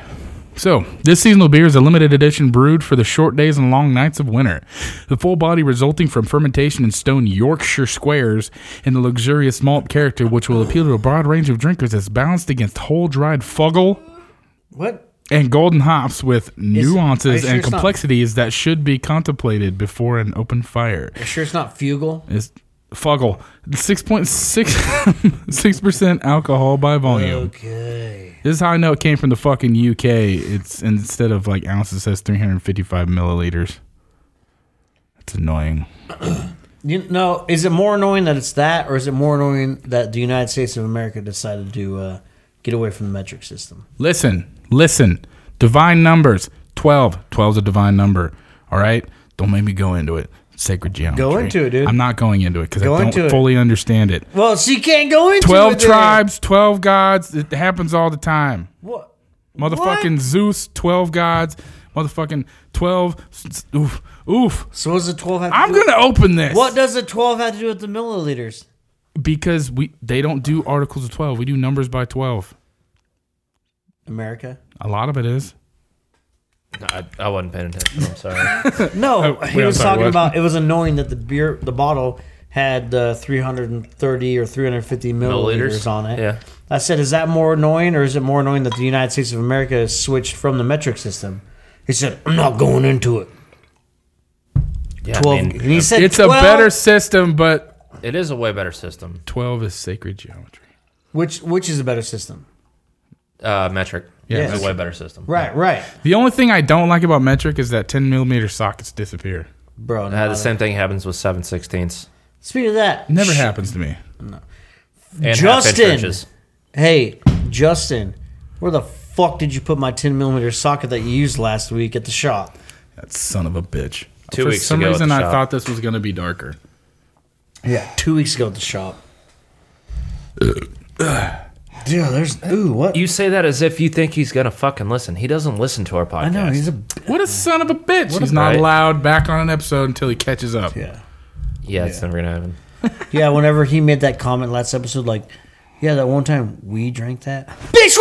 S1: So, this seasonal beer is a limited edition brewed for the short days and long nights of winter. The full body resulting from fermentation in stone Yorkshire squares and the luxurious malt character, which will appeal to a broad range of drinkers, is balanced against whole dried fuggle
S4: What?
S1: and golden hops with nuances
S4: sure
S1: and
S4: it's not-
S1: complexities that should be contemplated before an open fire.
S4: You sure it's not Fugle?
S1: It's Fuggle. 6.6 percent alcohol by volume.
S4: Okay.
S1: This is how I know it came from the fucking UK. It's instead of like ounces, it says 355 milliliters. That's annoying.
S4: You know, is it more annoying that it's that, or is it more annoying that the United States of America decided to uh, get away from the metric system?
S1: Listen, listen. Divine numbers. 12. 12's a divine number. All right? Don't make me go into it. Sacred geometry.
S4: Go into it, dude.
S1: I'm not going into it because I
S4: Go
S1: don't
S4: into it.
S1: fully understand it.
S4: Well, she can't go into
S1: 12
S4: it then.
S1: tribes, 12 gods. It happens all the time.
S4: What?
S1: Motherfucking Zeus, 12 gods, motherfucking 12. s- s- Oof, oof.
S4: So what does the twelve have? To
S1: I'm
S4: do
S1: going to open this.
S4: What does the twelve have to do with the milliliters?
S1: Because we they don't do articles of 12. We do numbers by 12.
S4: America.
S1: A lot of it is.
S3: I, I wasn't paying attention. I'm sorry.
S4: No,
S1: Oh,
S4: he
S1: we
S4: was
S1: don't talk
S4: talking
S1: about-
S4: about it was annoying that the beer, the bottle had uh, 330 or 350 milliliters,
S3: Milliliters?
S4: on it.
S3: Yeah.
S4: I said, is that more annoying, or is it more annoying that the United States of America has switched from the metric system? He said, I'm not going into it.
S3: Yeah, I
S4: 12.
S3: mean,
S4: and he said,
S1: It's a
S4: 12,
S1: better system, but
S3: it is a way better system.
S1: 12 is sacred geometry.
S4: Which which is a better system?
S3: Uh, metric.
S1: Yeah,
S3: it's
S4: metric.
S3: a way better system.
S4: Right, right,
S1: The only thing I don't like about metric is that 10 millimeter sockets disappear.
S4: bro.
S3: Uh,
S4: no,
S3: the same thing happens with seven sixteenths
S4: Speaking of that,
S1: Never
S4: sh-
S1: happens to me.
S3: and half-inch
S4: Justin!
S3: wrenches.
S4: Hey, Justin, where the fuck did you put my 10 millimeter socket that you used last week at the shop?
S1: That son of a bitch.
S3: Two
S1: For
S3: weeks
S1: some
S3: ago at
S1: reason,
S3: the
S1: I
S3: shop.
S1: thought this was going to be darker.
S4: Yeah, two weeks ago at the shop. Dude, there's ooh what
S3: You say that as if you think he's gonna fucking listen. He doesn't listen to our podcast.
S4: I know he's a
S1: What a son of a bitch.
S3: What a
S1: He's not
S3: brat.
S1: allowed back on an episode until he catches up.
S4: yeah
S3: yeah, it's never gonna happen.
S4: yeah. Whenever he made that comment last episode, like yeah, that one time we drank that. Bitch,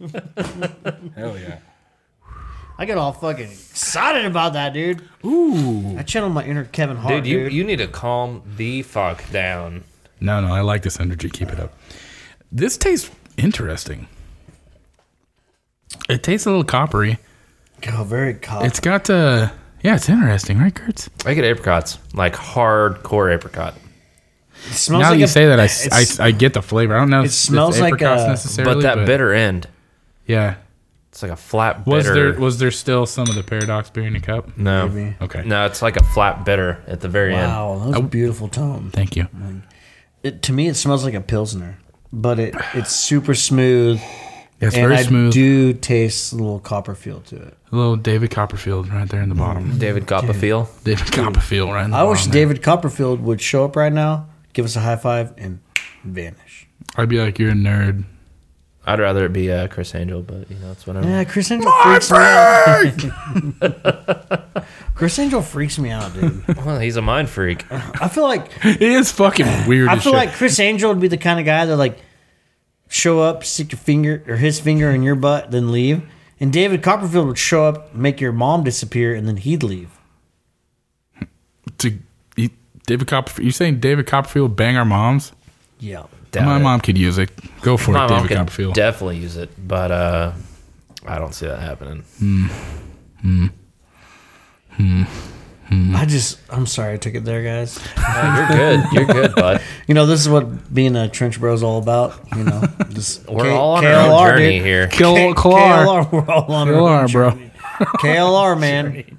S4: we didn't drink shit together.
S1: Hell yeah.
S4: I got all fucking excited about that, dude.
S1: Ooh.
S4: I channeled my inner Kevin Hart,
S3: Dude,
S4: dude.
S3: you, you need to calm the fuck down.
S1: No, no, I like this energy. Keep it up. This tastes interesting. It tastes a little coppery.
S4: Go very cop.
S1: It's got uh yeah, it's interesting, right, Kurtz?
S3: I get apricots, like hardcore apricot.
S4: it smells
S1: now
S4: like
S1: you
S4: a-
S1: say that, I,
S4: it's-
S1: s- I, I get the flavor. I don't know. if it's
S4: smells like
S1: apricots
S4: a-
S1: necessarily,
S3: But that bitter end,
S1: Yeah.
S3: it's like a flat bitter.
S1: Was there was there still some of the paradox beer in your cup?
S3: no,
S4: Maybe.
S1: Okay.
S3: no, it's like a flat bitter at the very end.
S4: Wow, that was a beautiful tone.
S1: Thank you.
S4: It, to me, it smells like a pilsner, but it it's super smooth.
S1: It's
S4: and
S1: very
S4: I
S1: smooth.
S4: do taste a little copper feel to it.
S1: A little David Copperfield right there in the bottom.
S3: David Copperfield.
S1: David Copperfield right in the
S4: I
S1: bottom.
S4: wish
S1: there.
S4: David Copperfield would show up right now, give us a high five, and vanish.
S1: I'd be like, you're a nerd.
S3: I'd rather it be uh, Chris Angel, but you know it's whatever.
S4: Yeah, Chris Angel freaks me out. Chris Angel freaks me out, dude.
S3: Well, he's a mind freak.
S4: I feel like
S1: It is fucking weird.
S4: I
S1: as
S4: feel
S1: shit.
S4: like Chris Angel would be the kind of guy that like show up, stick your finger or his finger in your butt, then leave. And David Copperfield would show up, make your mom disappear, and then he'd leave.
S1: to you, David Copperfield. You saying David Copperfield bang our moms?
S4: Yeah.
S3: Doubt
S1: My
S3: it.
S1: mom could use it. Go for
S3: My
S1: it,
S3: mom
S1: David
S3: could
S1: Copperfield.
S3: definitely use it, but uh, I don't see that happening.
S1: Mm.
S4: I just I'm sorry I took it there, guys.
S3: No, you're good. You're good, bud.
S4: You know, this is what being a trench bro is all about. You know, just
S3: We're
S4: K-
S3: all on our own journey here.
S1: Kill
S4: K-
S1: Clar.
S4: KLR, we're all on
S1: Kill
S4: our
S1: her,
S4: own
S1: bro.
S4: journey. KLR, man.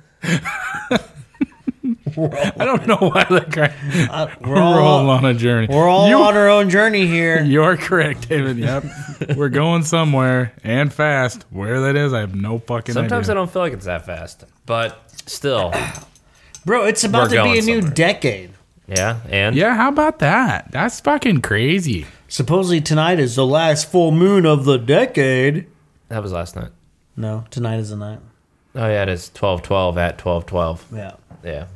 S1: I don't know why that guy.
S4: Uh,
S1: We're
S4: we're
S1: all
S4: all
S1: on a journey.
S4: we're all
S1: you,
S4: on our own journey here.
S1: You're correct, David. Yep, we're going somewhere and fast. Where that is, I have no fucking
S3: Sometimes I
S1: idea.
S3: don't feel like it's that fast, but still,
S4: Bro, it's about
S3: We're
S4: to be
S3: going
S4: a new
S3: somewhere.
S4: decade.
S3: yeah. And
S1: Yeah, how about that? That's fucking crazy.
S4: Supposedly tonight is the last full moon of the decade.
S3: that was last night.
S4: No, tonight is the night.
S3: Oh yeah, it is twelve twelve at twelve twelve.
S4: Yeah.
S3: Yeah,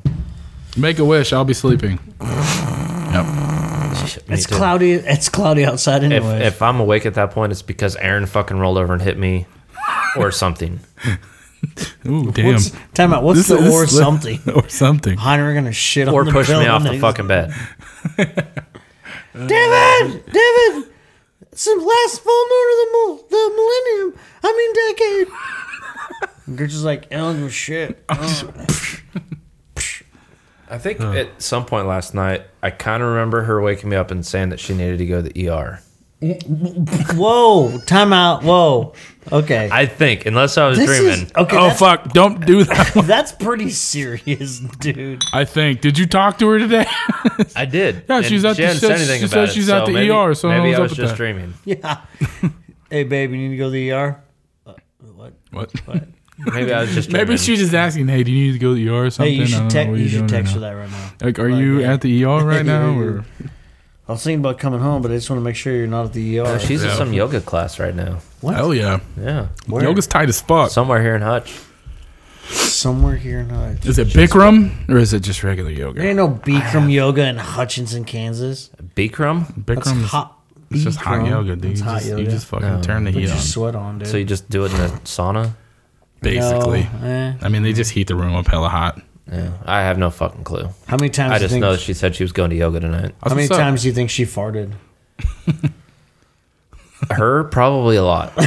S1: Make a wish. I'll be sleeping.
S3: Me
S4: It's
S3: too.
S4: cloudy it's cloudy outside
S3: If,
S4: anyway.
S3: if I'm awake at that point, it's because Aaron fucking rolled over and hit me, or something.
S1: Ooh, damn.
S4: what's, time out,
S1: This-
S4: what's the
S1: this-
S4: or something?
S1: or something.
S4: Hunter gonna shit on
S3: Or
S4: the
S3: pushed me
S4: villain
S3: off the
S4: that
S3: fucking bed.
S4: David! David! It's the last full moon of the, mil- the millennium. I mean, decade. And Gertrude's like, I don't give a shit.
S3: I think at some point last night, I kind of remember her waking me up and saying that she needed to go to the ER.
S4: Whoa, time out. Whoa. Okay.
S3: I think, unless I was
S4: this
S3: dreaming.
S4: is, okay,
S1: oh
S4: that's,
S1: fuck! Don't do that. One.
S4: that's pretty serious, dude.
S1: I think. Did you talk to her today?
S3: I did.
S1: Yeah,
S3: And
S1: she's at the-
S3: hadn't said
S1: she-
S3: anything
S1: she
S3: about
S1: said
S3: it,
S1: she's at the
S3: maybe,
S1: ER, so I
S3: maybe
S1: was
S3: I was
S1: up at
S3: just
S1: that.
S3: dreaming.
S4: Yeah. hey, babe, you need to go to the ER? Uh, what?
S1: what?
S3: Maybe I was just dreaming.
S1: Maybe she's just asking, "Hey, do you need to go to the ER or
S4: Hey,
S1: something?"
S4: you
S1: I
S4: should,
S1: don't
S4: tec-
S1: know what
S4: you
S1: you're
S4: should
S1: doing right
S4: text her that right now.
S1: now." Like, are you
S4: yeah.
S1: at the ER right now? Or
S4: I was thinking about coming home, but I just want to make sure you're not at the ER.
S3: Oh, she's
S1: Yeah.
S3: in some yoga class right now.
S1: hell yeah,
S3: Yeah,
S4: Where?
S1: oh, yoga's tight as fuck.
S3: somewhere here in Hutch.
S4: somewhere here in uh, Hutch.
S1: is it Bikram or is it just regular yoga?
S4: There ain't no Bikram yoga in Hutchinson, Kansas.
S3: Bikram.
S4: That's
S1: Bikram's
S4: hot.
S1: It's just hot
S4: Chrome.
S1: yoga, dude.
S4: It's
S1: you
S4: hot
S1: just, You
S4: yoga.
S1: just fucking turn the
S4: Put
S1: heat
S4: your
S1: on,
S4: sweat on, dude.
S3: So you just do it in the sauna?
S1: basically.
S4: No, eh.
S1: I mean, they just heat the room up hella hot.
S3: Yeah. I have no fucking clue.
S4: How many times?
S3: I
S4: do you
S3: just
S4: think,
S3: know that she said she was going to yoga tonight.
S4: How many
S1: What's up?
S4: times do you think she farted?
S3: Her probably a lot.
S4: All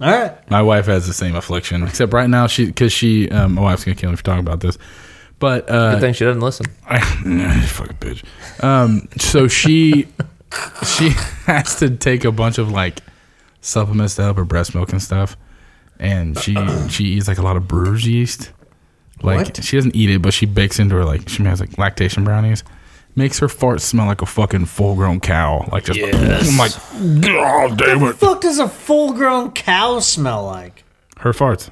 S4: right.
S1: My wife has the same affliction, except right now she because she um, my wife's gonna kill me for talking about this, but uh,
S3: Good thing she doesn't listen.
S1: I, fucking bitch. Um, so she she has to take a bunch of like supplements to help her breast milk and stuff, and she she eats like a lot of brewer's yeast. Like
S4: What?
S1: she doesn't eat it, but she bakes into her like she has like lactation brownies. Makes her fart smell like a fucking full grown cow. Like just I'm like
S2: God damn it.
S4: fuck does a full-grown cow smell like?
S1: her farts.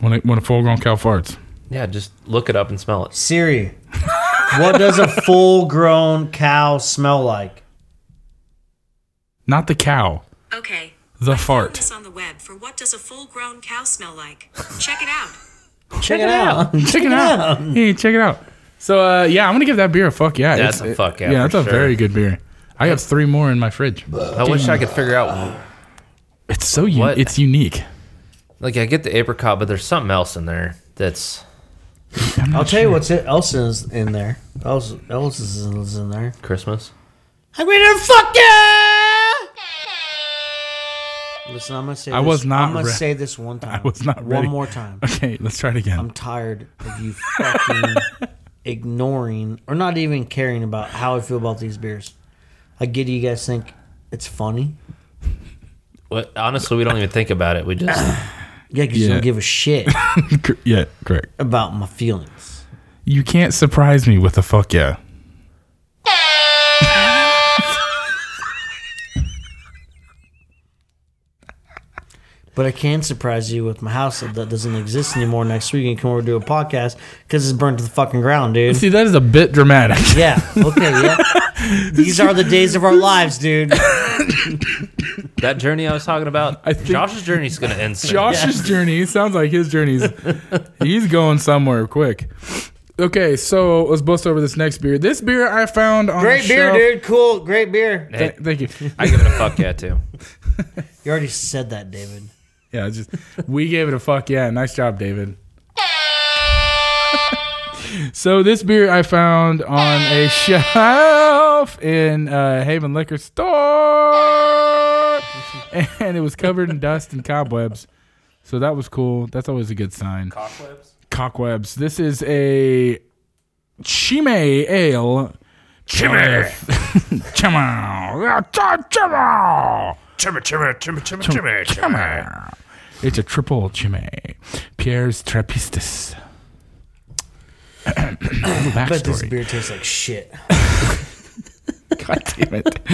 S1: When it, when a full grown cow farts.
S3: Yeah, just look it up and smell it.
S4: Siri, what does a full-grown cow smell like?
S1: Not the cow.
S5: Okay.
S1: The
S5: Found
S1: fart.
S5: this on the web for what does a full-grown cow smell like? Check it out.
S4: Check, it out.
S1: check it out. Hey, check it out. So uh, yeah, I'm gonna give that beer a fuck yeah.
S3: That's
S1: It's-
S3: a fuck yeah
S1: Yeah,
S3: for
S1: that's a
S3: sure.
S1: very good beer. I got three more in my fridge.
S3: I wish I could figure out.
S1: It's so u-
S3: What?
S1: it's unique.
S3: Like, I get the apricot, but there's something else in there that's
S4: I'll tell you what's it, else is in there. Else, else is in there.
S3: Christmas.
S4: I'm gonna fuck you. Listen, I'm gonna say.
S1: I
S4: this-
S1: was not
S4: I'm gonna
S1: re-
S4: say this one time.
S1: I was not
S4: One
S1: ready.
S4: more time.
S1: Okay, let's try it again.
S4: I'm tired of you fucking ignoring or not even caring about how I feel about these beers. I get it, you guys think it's funny.
S3: What, honestly, we don't even think about it. We just,
S4: Yeah, 'cause you
S1: Yeah.
S4: don't give a shit
S1: Cor- yeah, correct.
S4: about my feelings.
S1: You can't surprise me with a fuck yeah.
S4: But I can surprise you with my house that doesn't exist anymore next week and come over and do a podcast because it's burnt to the fucking ground, dude.
S1: See, that is a bit dramatic.
S4: Yeah. Okay. Yeah. These are the days of our lives, dude.
S3: that journey I was talking about,
S1: I think-
S3: Josh's journey's going to end soon.
S1: Josh's journey it sounds like his journey's he's going somewhere quick. Okay, so let's bust over this next beer. This beer I found on
S4: Great
S1: the
S4: beer,
S1: shelf-
S4: dude. Cool. Great beer.
S3: Hey,
S1: Thank you.
S3: I give it a fuck yeah, too.
S4: You already said that, David.
S1: Yeah, it's just we gave it a fuck yeah. Nice job, David. so this beer I found on a shelf in uh, Haven Liquor Store, and it was covered in dust and cobwebs. So that was cool. That's always a good sign. Cockwebs. Cockwebs. This is a Chime Ale. Chime. Chime. Chime.
S2: Timmy, Timmy, Timmy, Timmy, Timmy, Timmy.
S1: Chimay. It's a triple chimay. Pierre's Trappistus.
S4: But this
S1: Backstory.
S4: beer tastes like shit.
S1: God damn it.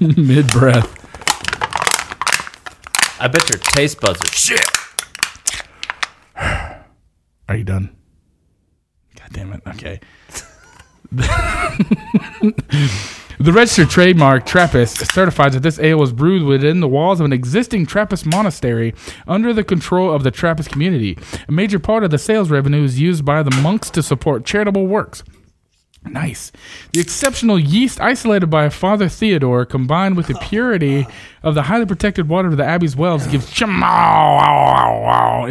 S1: Mid breath.
S3: I bet your taste buds are
S2: Shit.
S1: Are you done? God damn it. Okay. the registered trademark Trappist certifies that this ale was brewed within the walls of an existing Trappist monastery under the control of the Trappist community. A major part of the sales revenue is used by the monks to support charitable works. Nice. The exceptional yeast isolated by Father Theodore, combined with the purity of the highly protected water of the abbey's wells, gives Chimay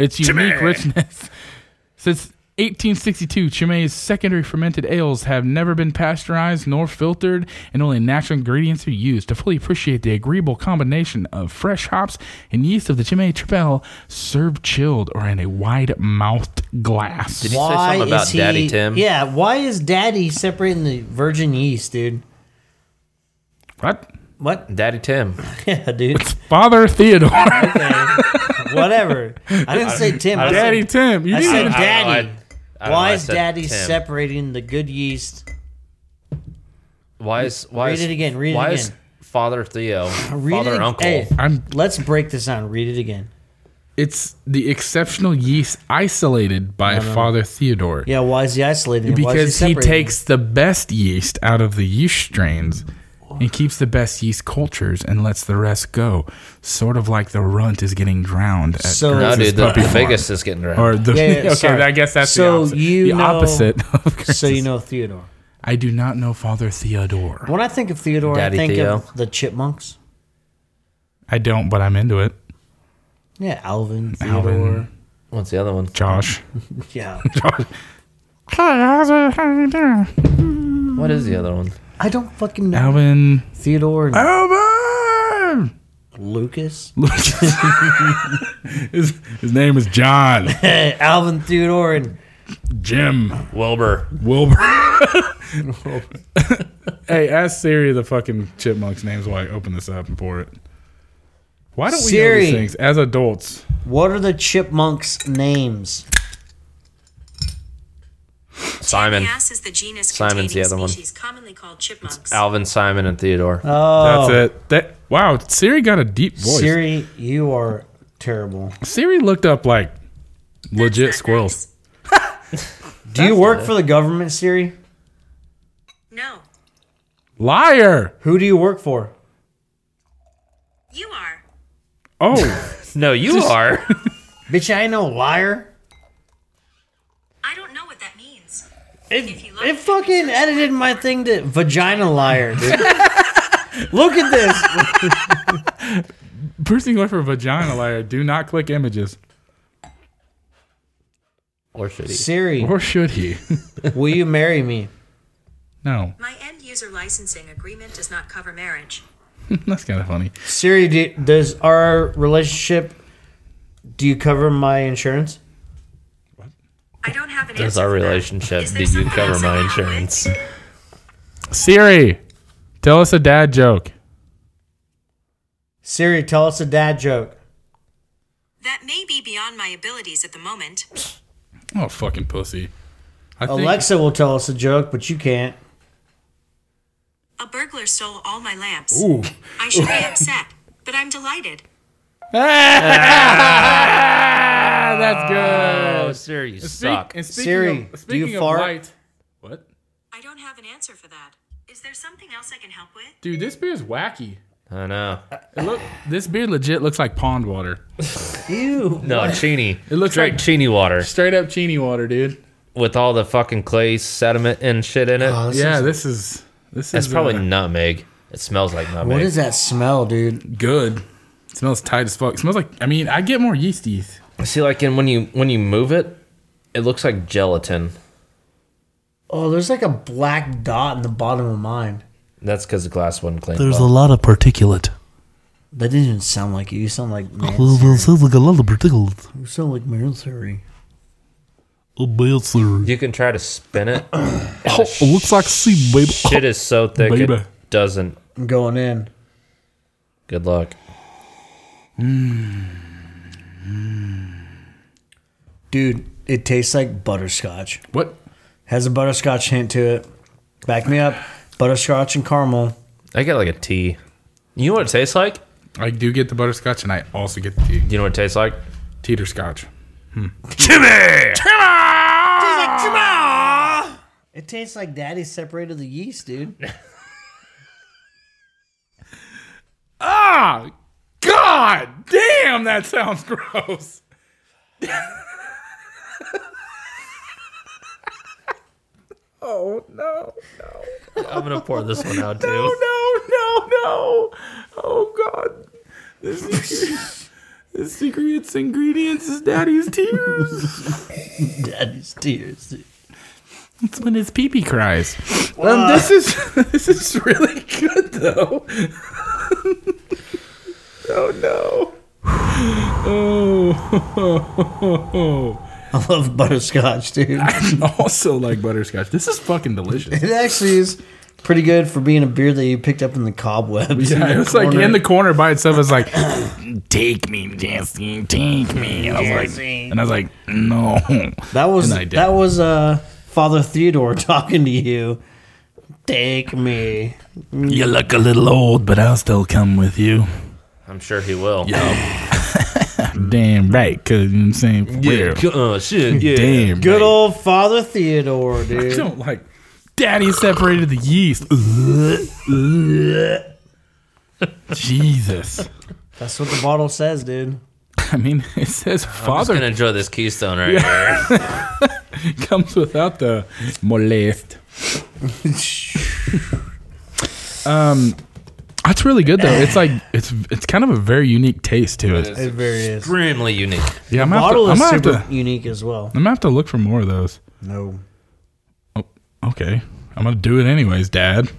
S1: its unique richness. Since 1862, Chimay's secondary fermented ales have never been pasteurized nor filtered, and only natural ingredients are used to fully appreciate the agreeable combination of fresh hops and yeast of the Chimay Tripel, served chilled or in a wide-mouthed glass.
S3: you- say something about Daddy Tim?
S4: Yeah, why is Daddy separating the virgin yeast, dude?
S1: what?
S4: What?
S3: Daddy Tim.
S4: Yeah, dude.
S1: Father Theodore.
S4: Okay. Whatever. I didn't say Tim. I, said-
S1: Daddy Tim. You
S4: I
S1: didn't
S4: said
S1: even-
S3: I- I- I don't
S4: Daddy.
S3: know,
S4: why
S3: I
S4: is
S3: said
S4: Daddy
S3: Tim.
S4: separating the good yeast?
S3: Why is why
S4: Read
S3: is,
S4: it again, read it
S3: why is
S4: again.
S3: Father Theo,
S4: Read
S3: Father
S4: it ag-
S3: Uncle?
S4: Hey,
S1: I'm
S4: let's break this down. Read it again.
S1: it's the exceptional yeast isolated by Father Theodore.
S4: Yeah, why is he isolating? it? Why is
S1: because he
S4: separating it?
S1: takes the best yeast out of the yeast strains and keeps the best yeast cultures and lets the rest go. Sort of like the runt is getting drowned at
S4: So-
S1: Gertz's
S4: No,
S3: No, dude, the
S1: puppy farm.
S3: Vegas is getting around.
S1: Or the
S4: Yeah, yeah,
S1: okay,
S4: sorry.
S1: I guess that's the
S4: So
S1: opposite.
S4: you
S1: the
S4: know-
S1: opposite. Of
S4: So you
S1: Gertz's.
S4: know Theodore.
S1: I do not know Father Theodore.
S4: When I think of Theodore,
S3: Daddy
S4: I think
S3: Theo.
S4: of the Chipmunks.
S1: I don't, but I'm into it.
S4: Yeah, Alvin, Theodore.
S1: Alvin.
S3: What's the other one?
S1: Josh.
S4: Yeah,
S3: What is the other one?
S4: I don't fucking know
S1: Alvin.
S4: Theodore and
S1: Alvin!
S4: Lucas.
S1: his, his name is John.
S4: Eh, Alvin, Theodore, and
S1: Jim.
S3: Wilbur.
S1: Wilbur. hey, ask Siri the fucking chipmunks' names while I open this up and pour it. Why don't we know
S4: Siri.
S1: these things as adults?
S4: what are the Chipmunks' names?
S3: Simon.
S5: Jackass is the genus
S3: Simon's
S5: containing
S3: the other one.
S5: species commonly called chipmunks.
S3: Alvin, Simon, and Theodore.
S4: Oh,
S1: That's it. That wow, Siri got a deep voice. Siri,
S4: Siri, you are terrible.
S1: looked up like
S5: That's
S1: legit
S5: not
S1: squirrels.
S4: Do you work for the government, Siri?
S5: nice. No,
S1: Liar.
S4: Who do you work for?
S5: you are.
S1: Oh,
S3: no, you are.
S4: Bitch, I ain't no liar.
S5: I don't know what that means. If you like
S4: It fucking edited my thing to vagina liar, dude. Look at this.
S1: Percy left for vagina liar. Do not click images.
S3: or should he?
S4: Siri,
S1: Or should he?
S4: will you marry me?
S1: no,
S5: My end user licensing agreement does not cover marriage.
S1: that's kind of funny.
S4: Siri, do, does our relationship do you cover my insurance?
S5: I don't have an
S3: Does
S5: answer
S3: our
S5: for that.
S3: relationship?
S5: Is there
S3: Did you
S5: someone
S3: cover
S5: else
S3: my
S5: I can
S3: insurance?
S1: Siri, tell us a dad joke.
S4: Siri, tell us a dad joke.
S5: That may be beyond my abilities at the moment.
S1: Oh, fucking pussy. I think-
S4: Alexa will tell us a joke, but you can't.
S5: A burglar stole all my lamps.
S1: Ooh.
S5: I should be upset, but I'm delighted.
S1: Ah, that's good.
S3: Oh, Siri, you
S1: Speak-
S3: suck.
S1: and speaking
S4: Siri,
S1: of,
S4: do you
S1: speaking of
S4: fart?
S1: light, what?
S5: I don't have an answer for that. Is there something else I can help with?
S1: Dude, this beer's wacky.
S3: I know.
S1: It look, this beer legit looks like pond water.
S4: Ew.
S3: No, Chini. It
S1: looks
S3: Drink
S1: like-
S3: Chini water
S1: Straight up chini water, dude.
S3: with all the fucking clay sediment and shit in it.
S4: Oh,
S1: Yeah, this is this
S3: That's
S1: is
S3: probably
S1: uh,
S3: nutmeg. It smells like nutmeg.
S4: What is that smell, dude?
S1: good. It smells tight as fuck. It smells like I mean, I get more yeasties.
S3: See, like, and when you when you move it, it looks like gelatin.
S4: Oh, there's like a black dot in the bottom of mine.
S3: That's because the glass wasn't cleaned.
S6: There's a
S3: well.
S6: lot of particulate.
S4: That didn't even sound like you. You sound like man.
S6: There's, there's like a lot of particulate.
S4: You sound like military.
S6: A bad sir.
S3: You can try to spin it.
S6: Oh, it looks like sea, baby.
S3: Shit is so thick
S6: Baby.
S3: it doesn't.
S4: I'm going in.
S3: Good luck.
S4: Dude, it tastes like butterscotch.
S1: What?
S4: Has a butterscotch hint to it. Back me up. Butterscotch and caramel.
S3: I got like a tea. You know what it tastes like? Do
S1: I do get the butterscotch, and I also get the tea.
S3: you know what it tastes like?
S1: teeter scotch. Hmm.
S4: It tastes like daddy separated the yeast, dude.
S1: Ah, god damn, that sounds gross. oh no.
S3: I'm gonna pour this one out too.
S1: no, no, no. Oh, God. The secret, the secret's ingredients is daddy's tears.
S4: Daddy's tears, dude.
S1: That's when his pee pee cries. Um, this is this is really good though. oh no. Oh,
S4: I love butterscotch, dude.
S1: I also like butterscotch. This is fucking delicious.
S4: It actually is pretty good for being a beer that you picked up in the cobwebs.
S1: Yeah, it was like in the corner by itself. It's like,
S2: Take me, Jesse. Take me. I was like,
S1: and I was like, no.
S4: That was
S1: And I did.
S4: that was uh, Father Theodore talking to you. Take me.
S2: you look a little old, but I'll still come with you.
S3: I'm sure he will.
S1: Damn right, cause you know what I'm saying. Where?
S3: Uh, shit. Yeah.
S1: Damn.
S4: Good
S1: right.
S4: old Father Theodore,
S1: I
S4: dude.
S1: don't like. Daddy separated the yeast. Jesus.
S4: That's what the bottle says, dude.
S1: I mean, it says
S3: I'm just
S1: father
S3: gonna enjoy this Keystone right here.
S1: comes without the molest. Um, That's really good though. It's like it's it's kind of a very unique taste to it.
S4: It very is.
S3: Extremely unique.
S1: Yeah, I'm gonna, have to,
S4: Bottle
S1: I'm,
S4: is
S1: gonna have
S4: super
S1: to,
S4: unique as well.
S1: I'm gonna have to look for more of those.
S4: No.
S1: Oh, okay, I'm gonna do it anyways, Dad.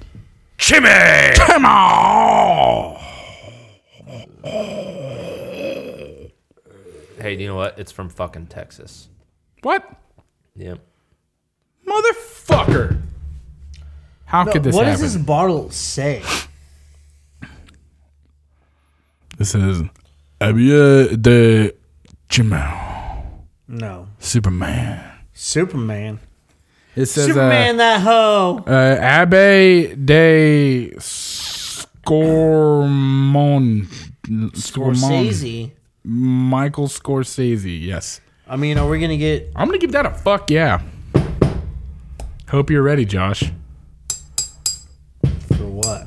S2: Jimmy!
S1: Come on.
S3: Hey, you know what? It's from fucking Texas.
S1: What?
S3: Yep.
S1: Motherfucker. How
S4: What
S1: could this
S4: does
S1: happen?
S4: this bottle say?
S1: This is Abia de Jamal
S4: No.
S1: Superman.
S4: Superman.
S1: It says
S4: Superman that hoe.
S1: Uh, uh, Abbe de Scormon, Scormon.
S4: Scorsese.
S1: Michael Scorsese. Yes,
S4: I mean, are we gonna get?
S1: I'm gonna give that a fuck yeah. Hope you're ready, Josh.
S4: For what?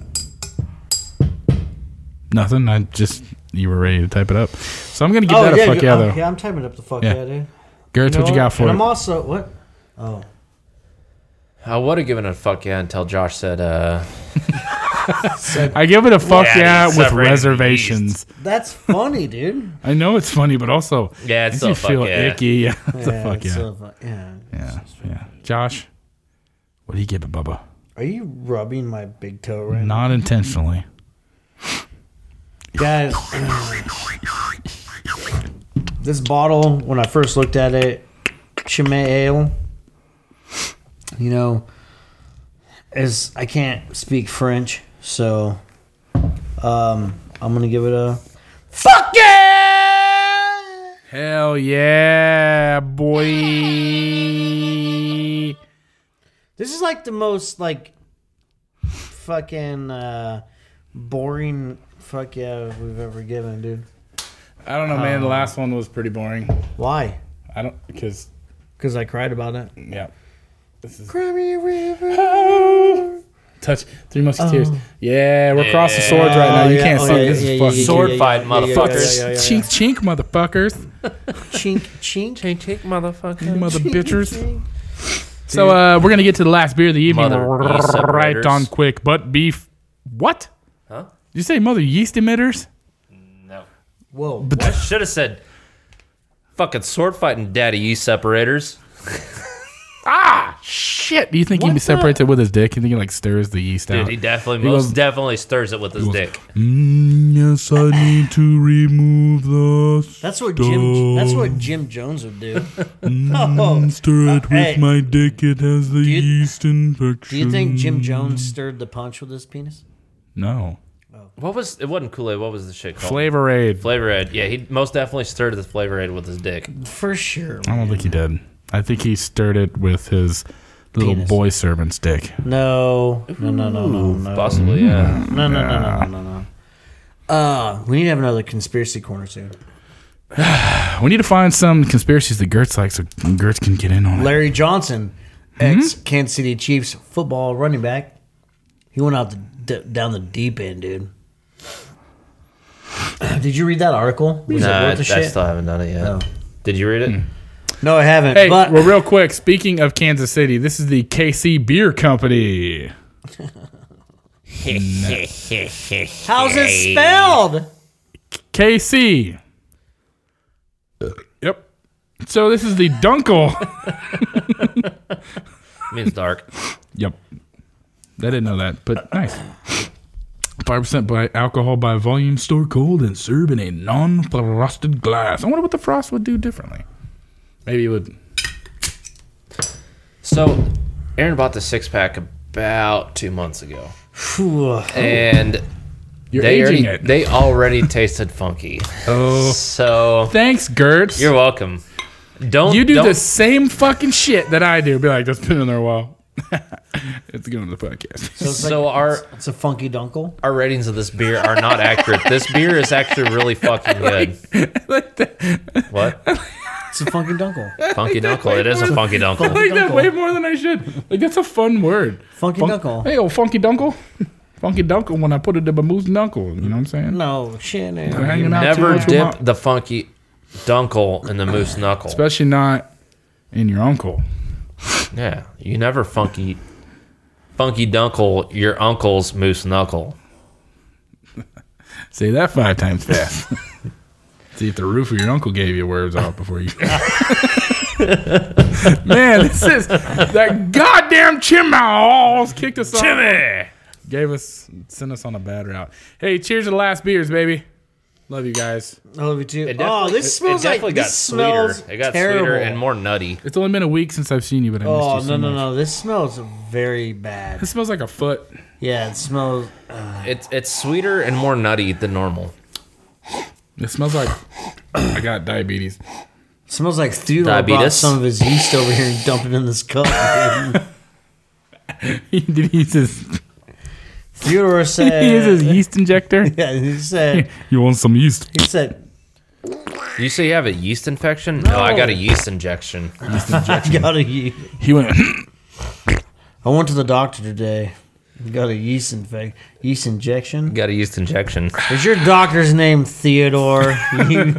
S1: Nothing. I just you were ready to type it up, so I'm gonna give
S4: Oh
S1: that
S4: yeah,
S1: a fuck
S4: you-
S1: yeah
S4: oh,
S1: though.
S4: yeah. I'm typing up the fuck
S1: Yeah.
S4: yeah, dude.
S1: Gertz, what you got
S4: And
S1: for
S4: I'm
S1: it?
S4: also what? Oh,
S3: I would have given it a fuck yeah until Josh said, uh,
S1: I give it a fuck
S2: Yeah,
S1: yeah,
S2: he's
S1: with
S2: separated beast.
S1: reservations.
S4: that's funny, dude.
S1: I know it's funny, but also
S3: Yeah, it's
S1: makes you
S3: still a fuck
S1: feel
S3: yeah.
S1: icky. Yeah, it's a
S4: Yeah,
S1: fuck
S4: it's
S1: yeah.
S4: so fu- yeah.
S1: yeah, yeah. Josh, what do you give it, Bubba?
S4: Are you rubbing my big toe right now?
S1: Not intentionally.
S4: Guys, this bottle, when I first looked at it, Chimay Ale, you know, is I can't speak French, so um, I'm gonna give it a fuck yeah.
S1: Hell yeah, boy.
S4: This is like the most like fucking uh, boring fuck yeah we've ever given, dude.
S1: I don't know, man. The last one was pretty boring.
S4: Why?
S1: I don't because
S4: Because I cried about it.
S1: yeah. This is
S4: Grammy River.
S1: touch Three Musketeers. Yeah, we're crossing swords right now. You
S4: Oh. yeah,
S1: can't
S4: oh,
S1: see
S4: yeah,
S1: this
S4: yeah,
S1: is
S4: yeah,
S1: fucking
S4: yeah,
S3: Sword fight, motherfuckers.
S4: yeah, yeah, yeah.
S1: chink chink motherfuckers,
S4: Chink, chink.
S3: "Hey, take motherfucker."
S1: mother bitchers. So uh, we're gonna get to the last beer of the evening.
S3: Mother
S1: We're
S3: yeast
S1: right
S3: separators.
S1: on quick, but beef. What?
S3: Huh?
S1: Did you say mother yeast emitters?
S3: No.
S4: Whoa.
S3: I should have said, "Fucking sword fighting, daddy, you separators."
S1: Shit! Do you think he separates it with his dick? You think he like stirs the yeast
S3: Dude,
S1: out?
S3: he definitely,
S1: He
S3: most
S1: goes-
S3: definitely stirs it with his dick.
S1: Mm, yes, I need to remove the
S4: That's what Jim. That's what Jim Jones would do.
S1: Mm,
S4: oh,
S6: Stir it with
S4: Hey.
S6: my dick. It has the
S4: you-
S6: yeast
S4: do
S6: infection.
S4: you think Jim Jones stirred the punch with his penis?
S1: no
S3: What was? It wasn't Kool Aid. What was the shit called?
S1: flavor aid.
S3: Flavor Aid. Yeah, he most definitely stirred the Flavor Aid with his dick.
S4: For sure.
S1: I don't think he did. I think he stirred it with his little
S4: Penis.
S1: boy servant's dick.
S4: No. No. No. No. No. No.
S3: Possibly, yeah.
S4: No. No. No. No. No. No. no. Uh, we need to have another conspiracy corner soon.
S1: We need to find some conspiracies that Gertz likes so Gertz can get in on it.
S4: Larry Johnson,
S3: Mm-hmm.
S4: ex Kansas City Chiefs football running back, he went out the, d- down the deep end, dude. Did you read that article? Was
S3: Nah,
S4: it
S3: I,
S4: worth the shit?
S3: still haven't done it yet.
S4: Oh.
S3: Did you read it?
S4: No, I haven't.
S1: Hey,
S4: but
S1: well, real quick, speaking of Kansas City, this is the KC Beer Company.
S4: how's it spelled?
S1: KC. Uh, Yep. So this is the Dunkel.
S3: I mean, it's dark.
S1: yep. I didn't know that, but nice. 5% by alcohol by volume, store cold, and served in a non frosted glass. I wonder what the frost would do differently. Maybe it would.
S3: So, Aaron bought the six pack about two months ago,
S4: Phew.
S3: and
S1: You're
S3: they
S1: aging
S3: already,
S1: it.
S3: they already tasted funky.
S1: oh.
S3: So
S1: Thanks, Gertz.
S3: you're welcome. Don't
S1: You do
S3: don't,
S1: the same fucking shit that I do. Be like, that's been in there a while. it's going to the podcast.
S4: it's
S3: So
S4: like-
S3: our
S4: It's a funky dunkle.
S3: our ratings of this beer are not accurate. This beer is actually really fucking good. What
S4: It's a funky dunkle.
S3: funky dunkle? It is a funky
S1: I
S3: dunkle.
S1: like that way more than I should. Like, that's a fun word.
S4: Funky
S1: Fun-
S4: dunkle.
S1: Hey, old Funky Dunkle. Funky Dunkle when I put it in my moose dunkle. You know what I'm saying?
S4: No, shit. no.
S1: We're hanging out too
S3: Never
S1: much with
S3: dip
S1: my-
S3: the funky dunkle in the moose knuckle.
S1: Especially not in your uncle.
S3: Yeah, you never funky Funky Dunkle, your uncle's moose knuckle.
S1: Say that five times fast. See if the roof of your uncle gave you words off before you. Man, this is that goddamn chimney almost kicked us off. Chimney gave us sent us on a bad route. Hey, cheers to the last beers, baby. Love you guys.
S4: I love you too.
S3: It
S4: Oh,
S3: definitely-
S4: this
S3: it-
S4: smells
S3: it
S4: like
S3: definitely got
S4: this smells
S3: sweeter. It got
S4: terrible.
S3: sweeter and more nutty.
S1: It's only been a week since I've seen you, but I missed
S4: Oh
S1: you so
S4: no no
S1: much.
S4: no! This smells very bad.
S1: This smells like a foot.
S4: Yeah, it smells.
S3: It's it's sweeter and more nutty than normal.
S1: It smells like I got diabetes.
S4: It smells like Thula brought
S3: Diabetes?
S4: some of his yeast over here and dumped it in this cup. dude.
S1: he did he use his,
S4: Theodore
S3: Uh,
S4: said.
S1: he used his yeast injector.
S4: yeah, he said.
S1: You want some yeast?
S4: He said.
S3: You say you have a yeast infection? No, I got a yeast injection.
S4: I got a yeast.
S1: He went.
S4: I went to the doctor today. Got a yeast infect, yeast injection.
S3: Got a yeast injection.
S4: Is your doctor's name Theodore? he,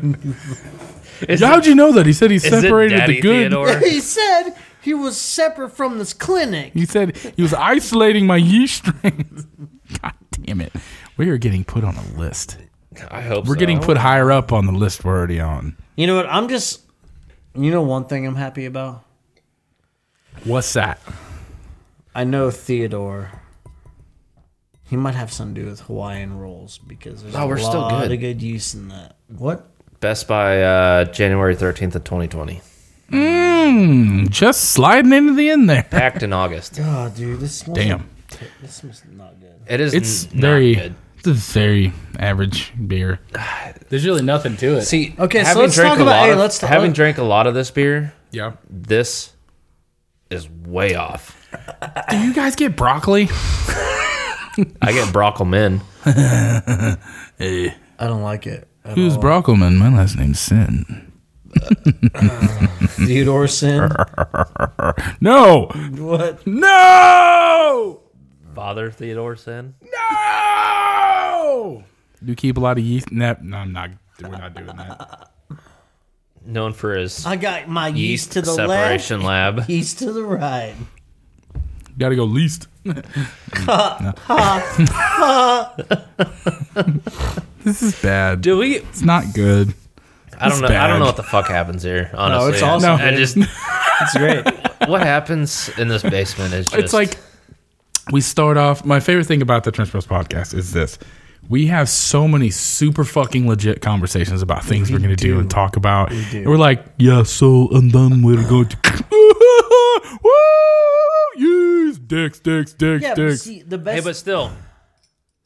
S1: How'd you know that? He said he
S3: Is it
S1: separated
S3: Daddy
S1: the good.
S3: Theodore?
S4: he said he was separate from this clinic.
S1: He said he was isolating my yeast strains. God damn it. We are getting put on a list.
S3: I hope
S1: We're
S3: so.
S1: getting put higher up on the list we're already on.
S4: You know what? I'm just. You know one thing I'm happy about.
S1: What's that?
S4: I know Theodore. He might have something to do with Hawaiian rolls because there's
S3: Oh,
S4: a
S3: we're
S4: lot
S3: still good.
S4: of good use in that. What?
S3: Best by uh, January 13th of 2020.
S1: Mm, just sliding into the end there.
S3: Packed in August.
S4: Oh, dude, this smells.
S1: Damn.
S4: This smells not good.
S3: It is
S1: It's
S3: n- Mm, not
S1: very
S3: good.
S1: it's a very average beer. There's really nothing to it.
S3: See,
S4: Okay, so
S3: having
S4: let's
S3: drank
S4: talk
S3: a
S4: about-
S3: lot
S4: hey,
S3: of-
S4: let's-
S3: having
S4: let-
S3: drank a lot of this beer,
S1: Yeah.
S3: this is way off.
S1: Do you guys get broccoli?
S3: I get brockelman.
S4: I don't like it. at
S1: Who's
S4: all.
S1: Brockelman? My last name's Sin.
S4: Theodore Sin?
S1: No!
S4: what?
S1: No!
S3: Father Theodore Sin.
S1: No! Do you keep a lot of yeast? No, no I'm not. We're not doing that.
S3: Known for his
S4: I got my yeast,
S3: yeast
S4: to the
S3: separation
S4: left,
S3: lab.
S4: yeast to the right.
S1: Gotta go least. this is bad.
S3: Do we?
S1: It's not good.
S3: I don't know. I
S1: bad.
S3: don't know what the fuck happens here. Honestly,
S4: it's awesome,
S3: I
S4: dude.
S3: just
S4: It's great.
S3: what happens in this basement is just
S1: It's like we start off. My favorite thing about the Trench Bros podcast is this: we have so many super fucking legit conversations about things we are gonna do. and talk about. and we're like,
S6: Yeah, so and then we're going to.
S1: woo, yes, dicks, dicks, dicks,
S4: yeah, but
S1: dicks.
S4: see, the
S3: Hey,
S4: best.
S3: but still,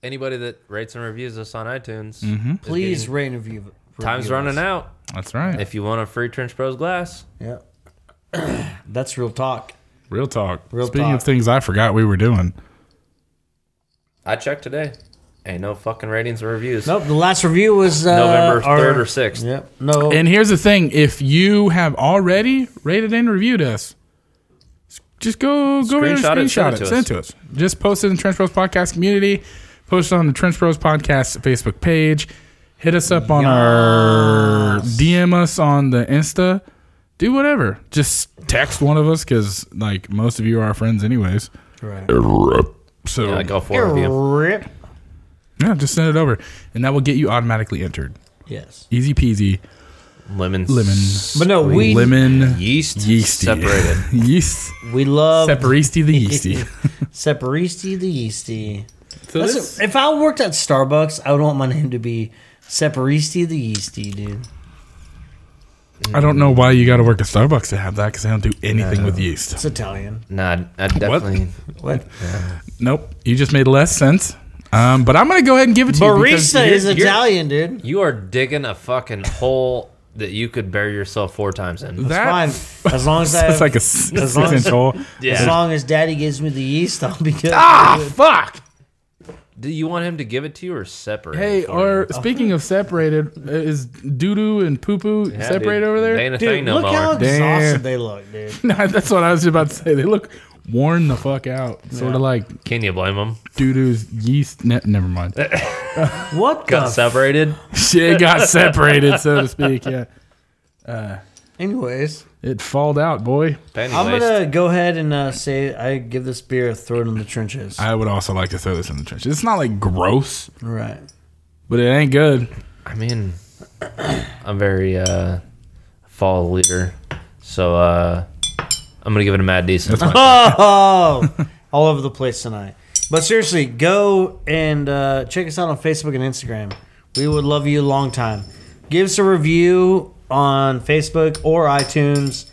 S3: anybody that rates and reviews us on iTunes,
S4: Mm-hmm. please rate and review.
S3: time's running out.
S1: That's right.
S3: If you want a free Trench Bros glass,
S4: Yeah. That's real talk.
S1: Real talk.
S4: Real
S1: Speaking
S4: talk.
S1: of things I forgot we were doing.
S3: I checked today. Ain't no fucking ratings or reviews.
S4: Nope. The last review was uh,
S3: November
S4: our-
S3: 3rd or 6th.
S4: Yep. No.
S1: And here's the thing: if you have already rated and reviewed us, s- just go go ahead and
S3: Screenshot it,
S1: screenshot it,
S3: send it to
S1: send it
S3: us.
S1: to us. Just post it in the Trench Bros Podcast community. Post it on the Trench Bros Podcast Facebook page. Hit us up on our DM us on the Insta. Do whatever. Just text one of us because like most of you are our friends anyways.
S4: Right.
S1: So
S3: Yeah, like all four of you.
S4: Rip.
S1: yeah, just send it over, and that will get you automatically entered.
S4: Yes.
S1: Easy peasy.
S3: Lemon.
S1: Lemon.
S4: But no, we
S1: Lemon.
S3: Yeast.
S1: Yeasty.
S3: Separated.
S1: Yeast.
S4: we love
S1: Separisti the yeasty.
S4: Separisti the yeasty.
S1: So
S4: Listen,
S1: this-
S4: if I worked at Starbucks, I would want my name to be Separisti the yeasty, dude.
S1: I don't know why you got to work at Starbucks to have that because they don't do anything with yeast.
S4: It's Italian.
S3: Nah, I definitely.
S4: What?
S1: Nope, you just made less sense. Um, but I'm gonna go ahead and give it to you because
S4: Barista
S1: you're-
S4: is
S3: you're-
S4: Italian, dude.
S3: You are digging a fucking hole that you could bury yourself four times in.
S1: that,
S4: Fine. As long as I
S1: That's
S4: have,
S1: Ah. like a s-
S4: as
S1: six
S4: long
S1: inch
S4: as-
S1: hole.
S4: as long as Daddy gives me the yeast, I'll be good.
S1: Ah, fuck.
S3: Do you want him to give it to you or separate?
S1: Hey,
S3: it for you?
S1: or speaking of separated, uh, is doo doo and poo poo
S3: Yeah,
S1: separated
S3: dude.
S1: over
S3: They ain't
S1: there?
S3: a
S4: Dude,
S3: thing no
S4: look
S3: more.
S4: how
S1: Damn.
S4: exhausted they look, dude.
S1: Nah, that's what I was about to say. They look worn the fuck out. Sort of like
S3: Can you blame him?
S1: doo doo's yeast. Ne- never mind.
S4: What the
S3: Got separated.
S1: Shit got separated, so to speak. Yeah.
S4: Anyways,
S1: It falled out, boy.
S3: Penny
S4: I'm
S3: waste.
S4: gonna go ahead and uh, say I give this beer a throat in the trenches.
S1: I would also like to throw this in the trenches. It's not like gross,
S4: right.
S1: but it ain't good.
S3: I mean, I'm very uh, fall leader, so uh, I'm gonna give it a mad decent.
S4: Oh, all over the place tonight. But seriously, go and uh, check us out on Facebook and Instagram. We would love you a long time. Give us a review on Facebook or iTunes.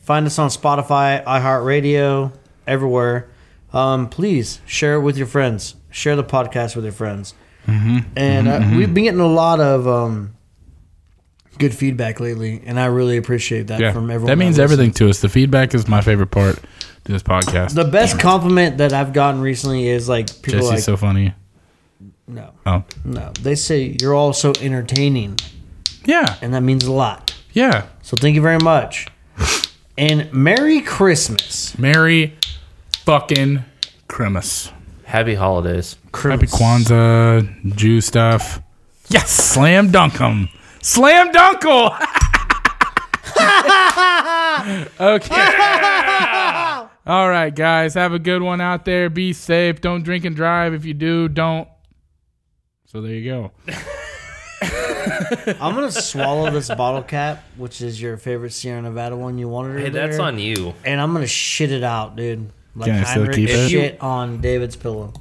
S4: Find us on Spotify, iHeartRadio, everywhere. Um, please share it with your friends. Share the podcast with your friends.
S1: Mm-hmm.
S4: And uh, we've been getting a lot of um, good feedback lately, and I really appreciate that
S1: Yeah,
S4: from everyone.
S1: that means
S4: listens.
S1: everything to us. The feedback is my favorite part to this podcast.
S4: The best compliment that I've gotten recently is like people
S1: Jesse's
S4: like
S1: so funny.
S4: no
S1: Oh,
S4: no they say you're all so entertaining
S1: yeah,
S4: and that means a lot.
S1: yeah.
S4: So thank you very much. And Merry Christmas.
S1: Merry fucking Christmas.
S3: Happy holidays.
S1: Happy Kwanzaa, Jew stuff. Yes, slam dunk 'em. Slam dunkle. okay. All right, guys. Have a good one out there. Be safe. Don't drink and drive. If you do, don't. So there you go.
S4: I'm gonna swallow this bottle cap, which is your favorite Sierra Nevada one you wanted.
S3: Hey,
S4: earlier,
S3: that's on you.
S4: And I'm gonna shit it out, dude. Like
S1: Can I still
S4: Heinrich
S1: keep it?
S4: shit on David's pillow.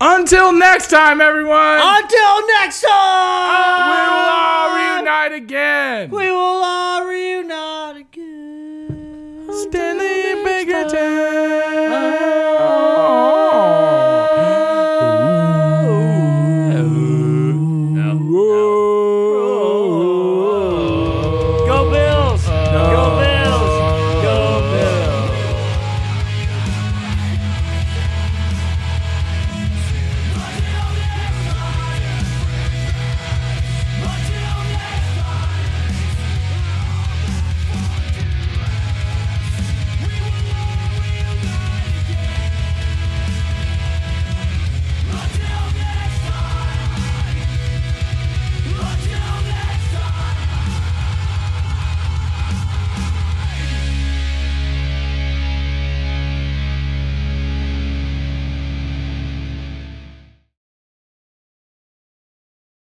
S1: Until next time, everyone.
S4: Until next
S1: we will all
S4: time,
S1: reunite again.
S4: we will all reunite again.
S1: Stay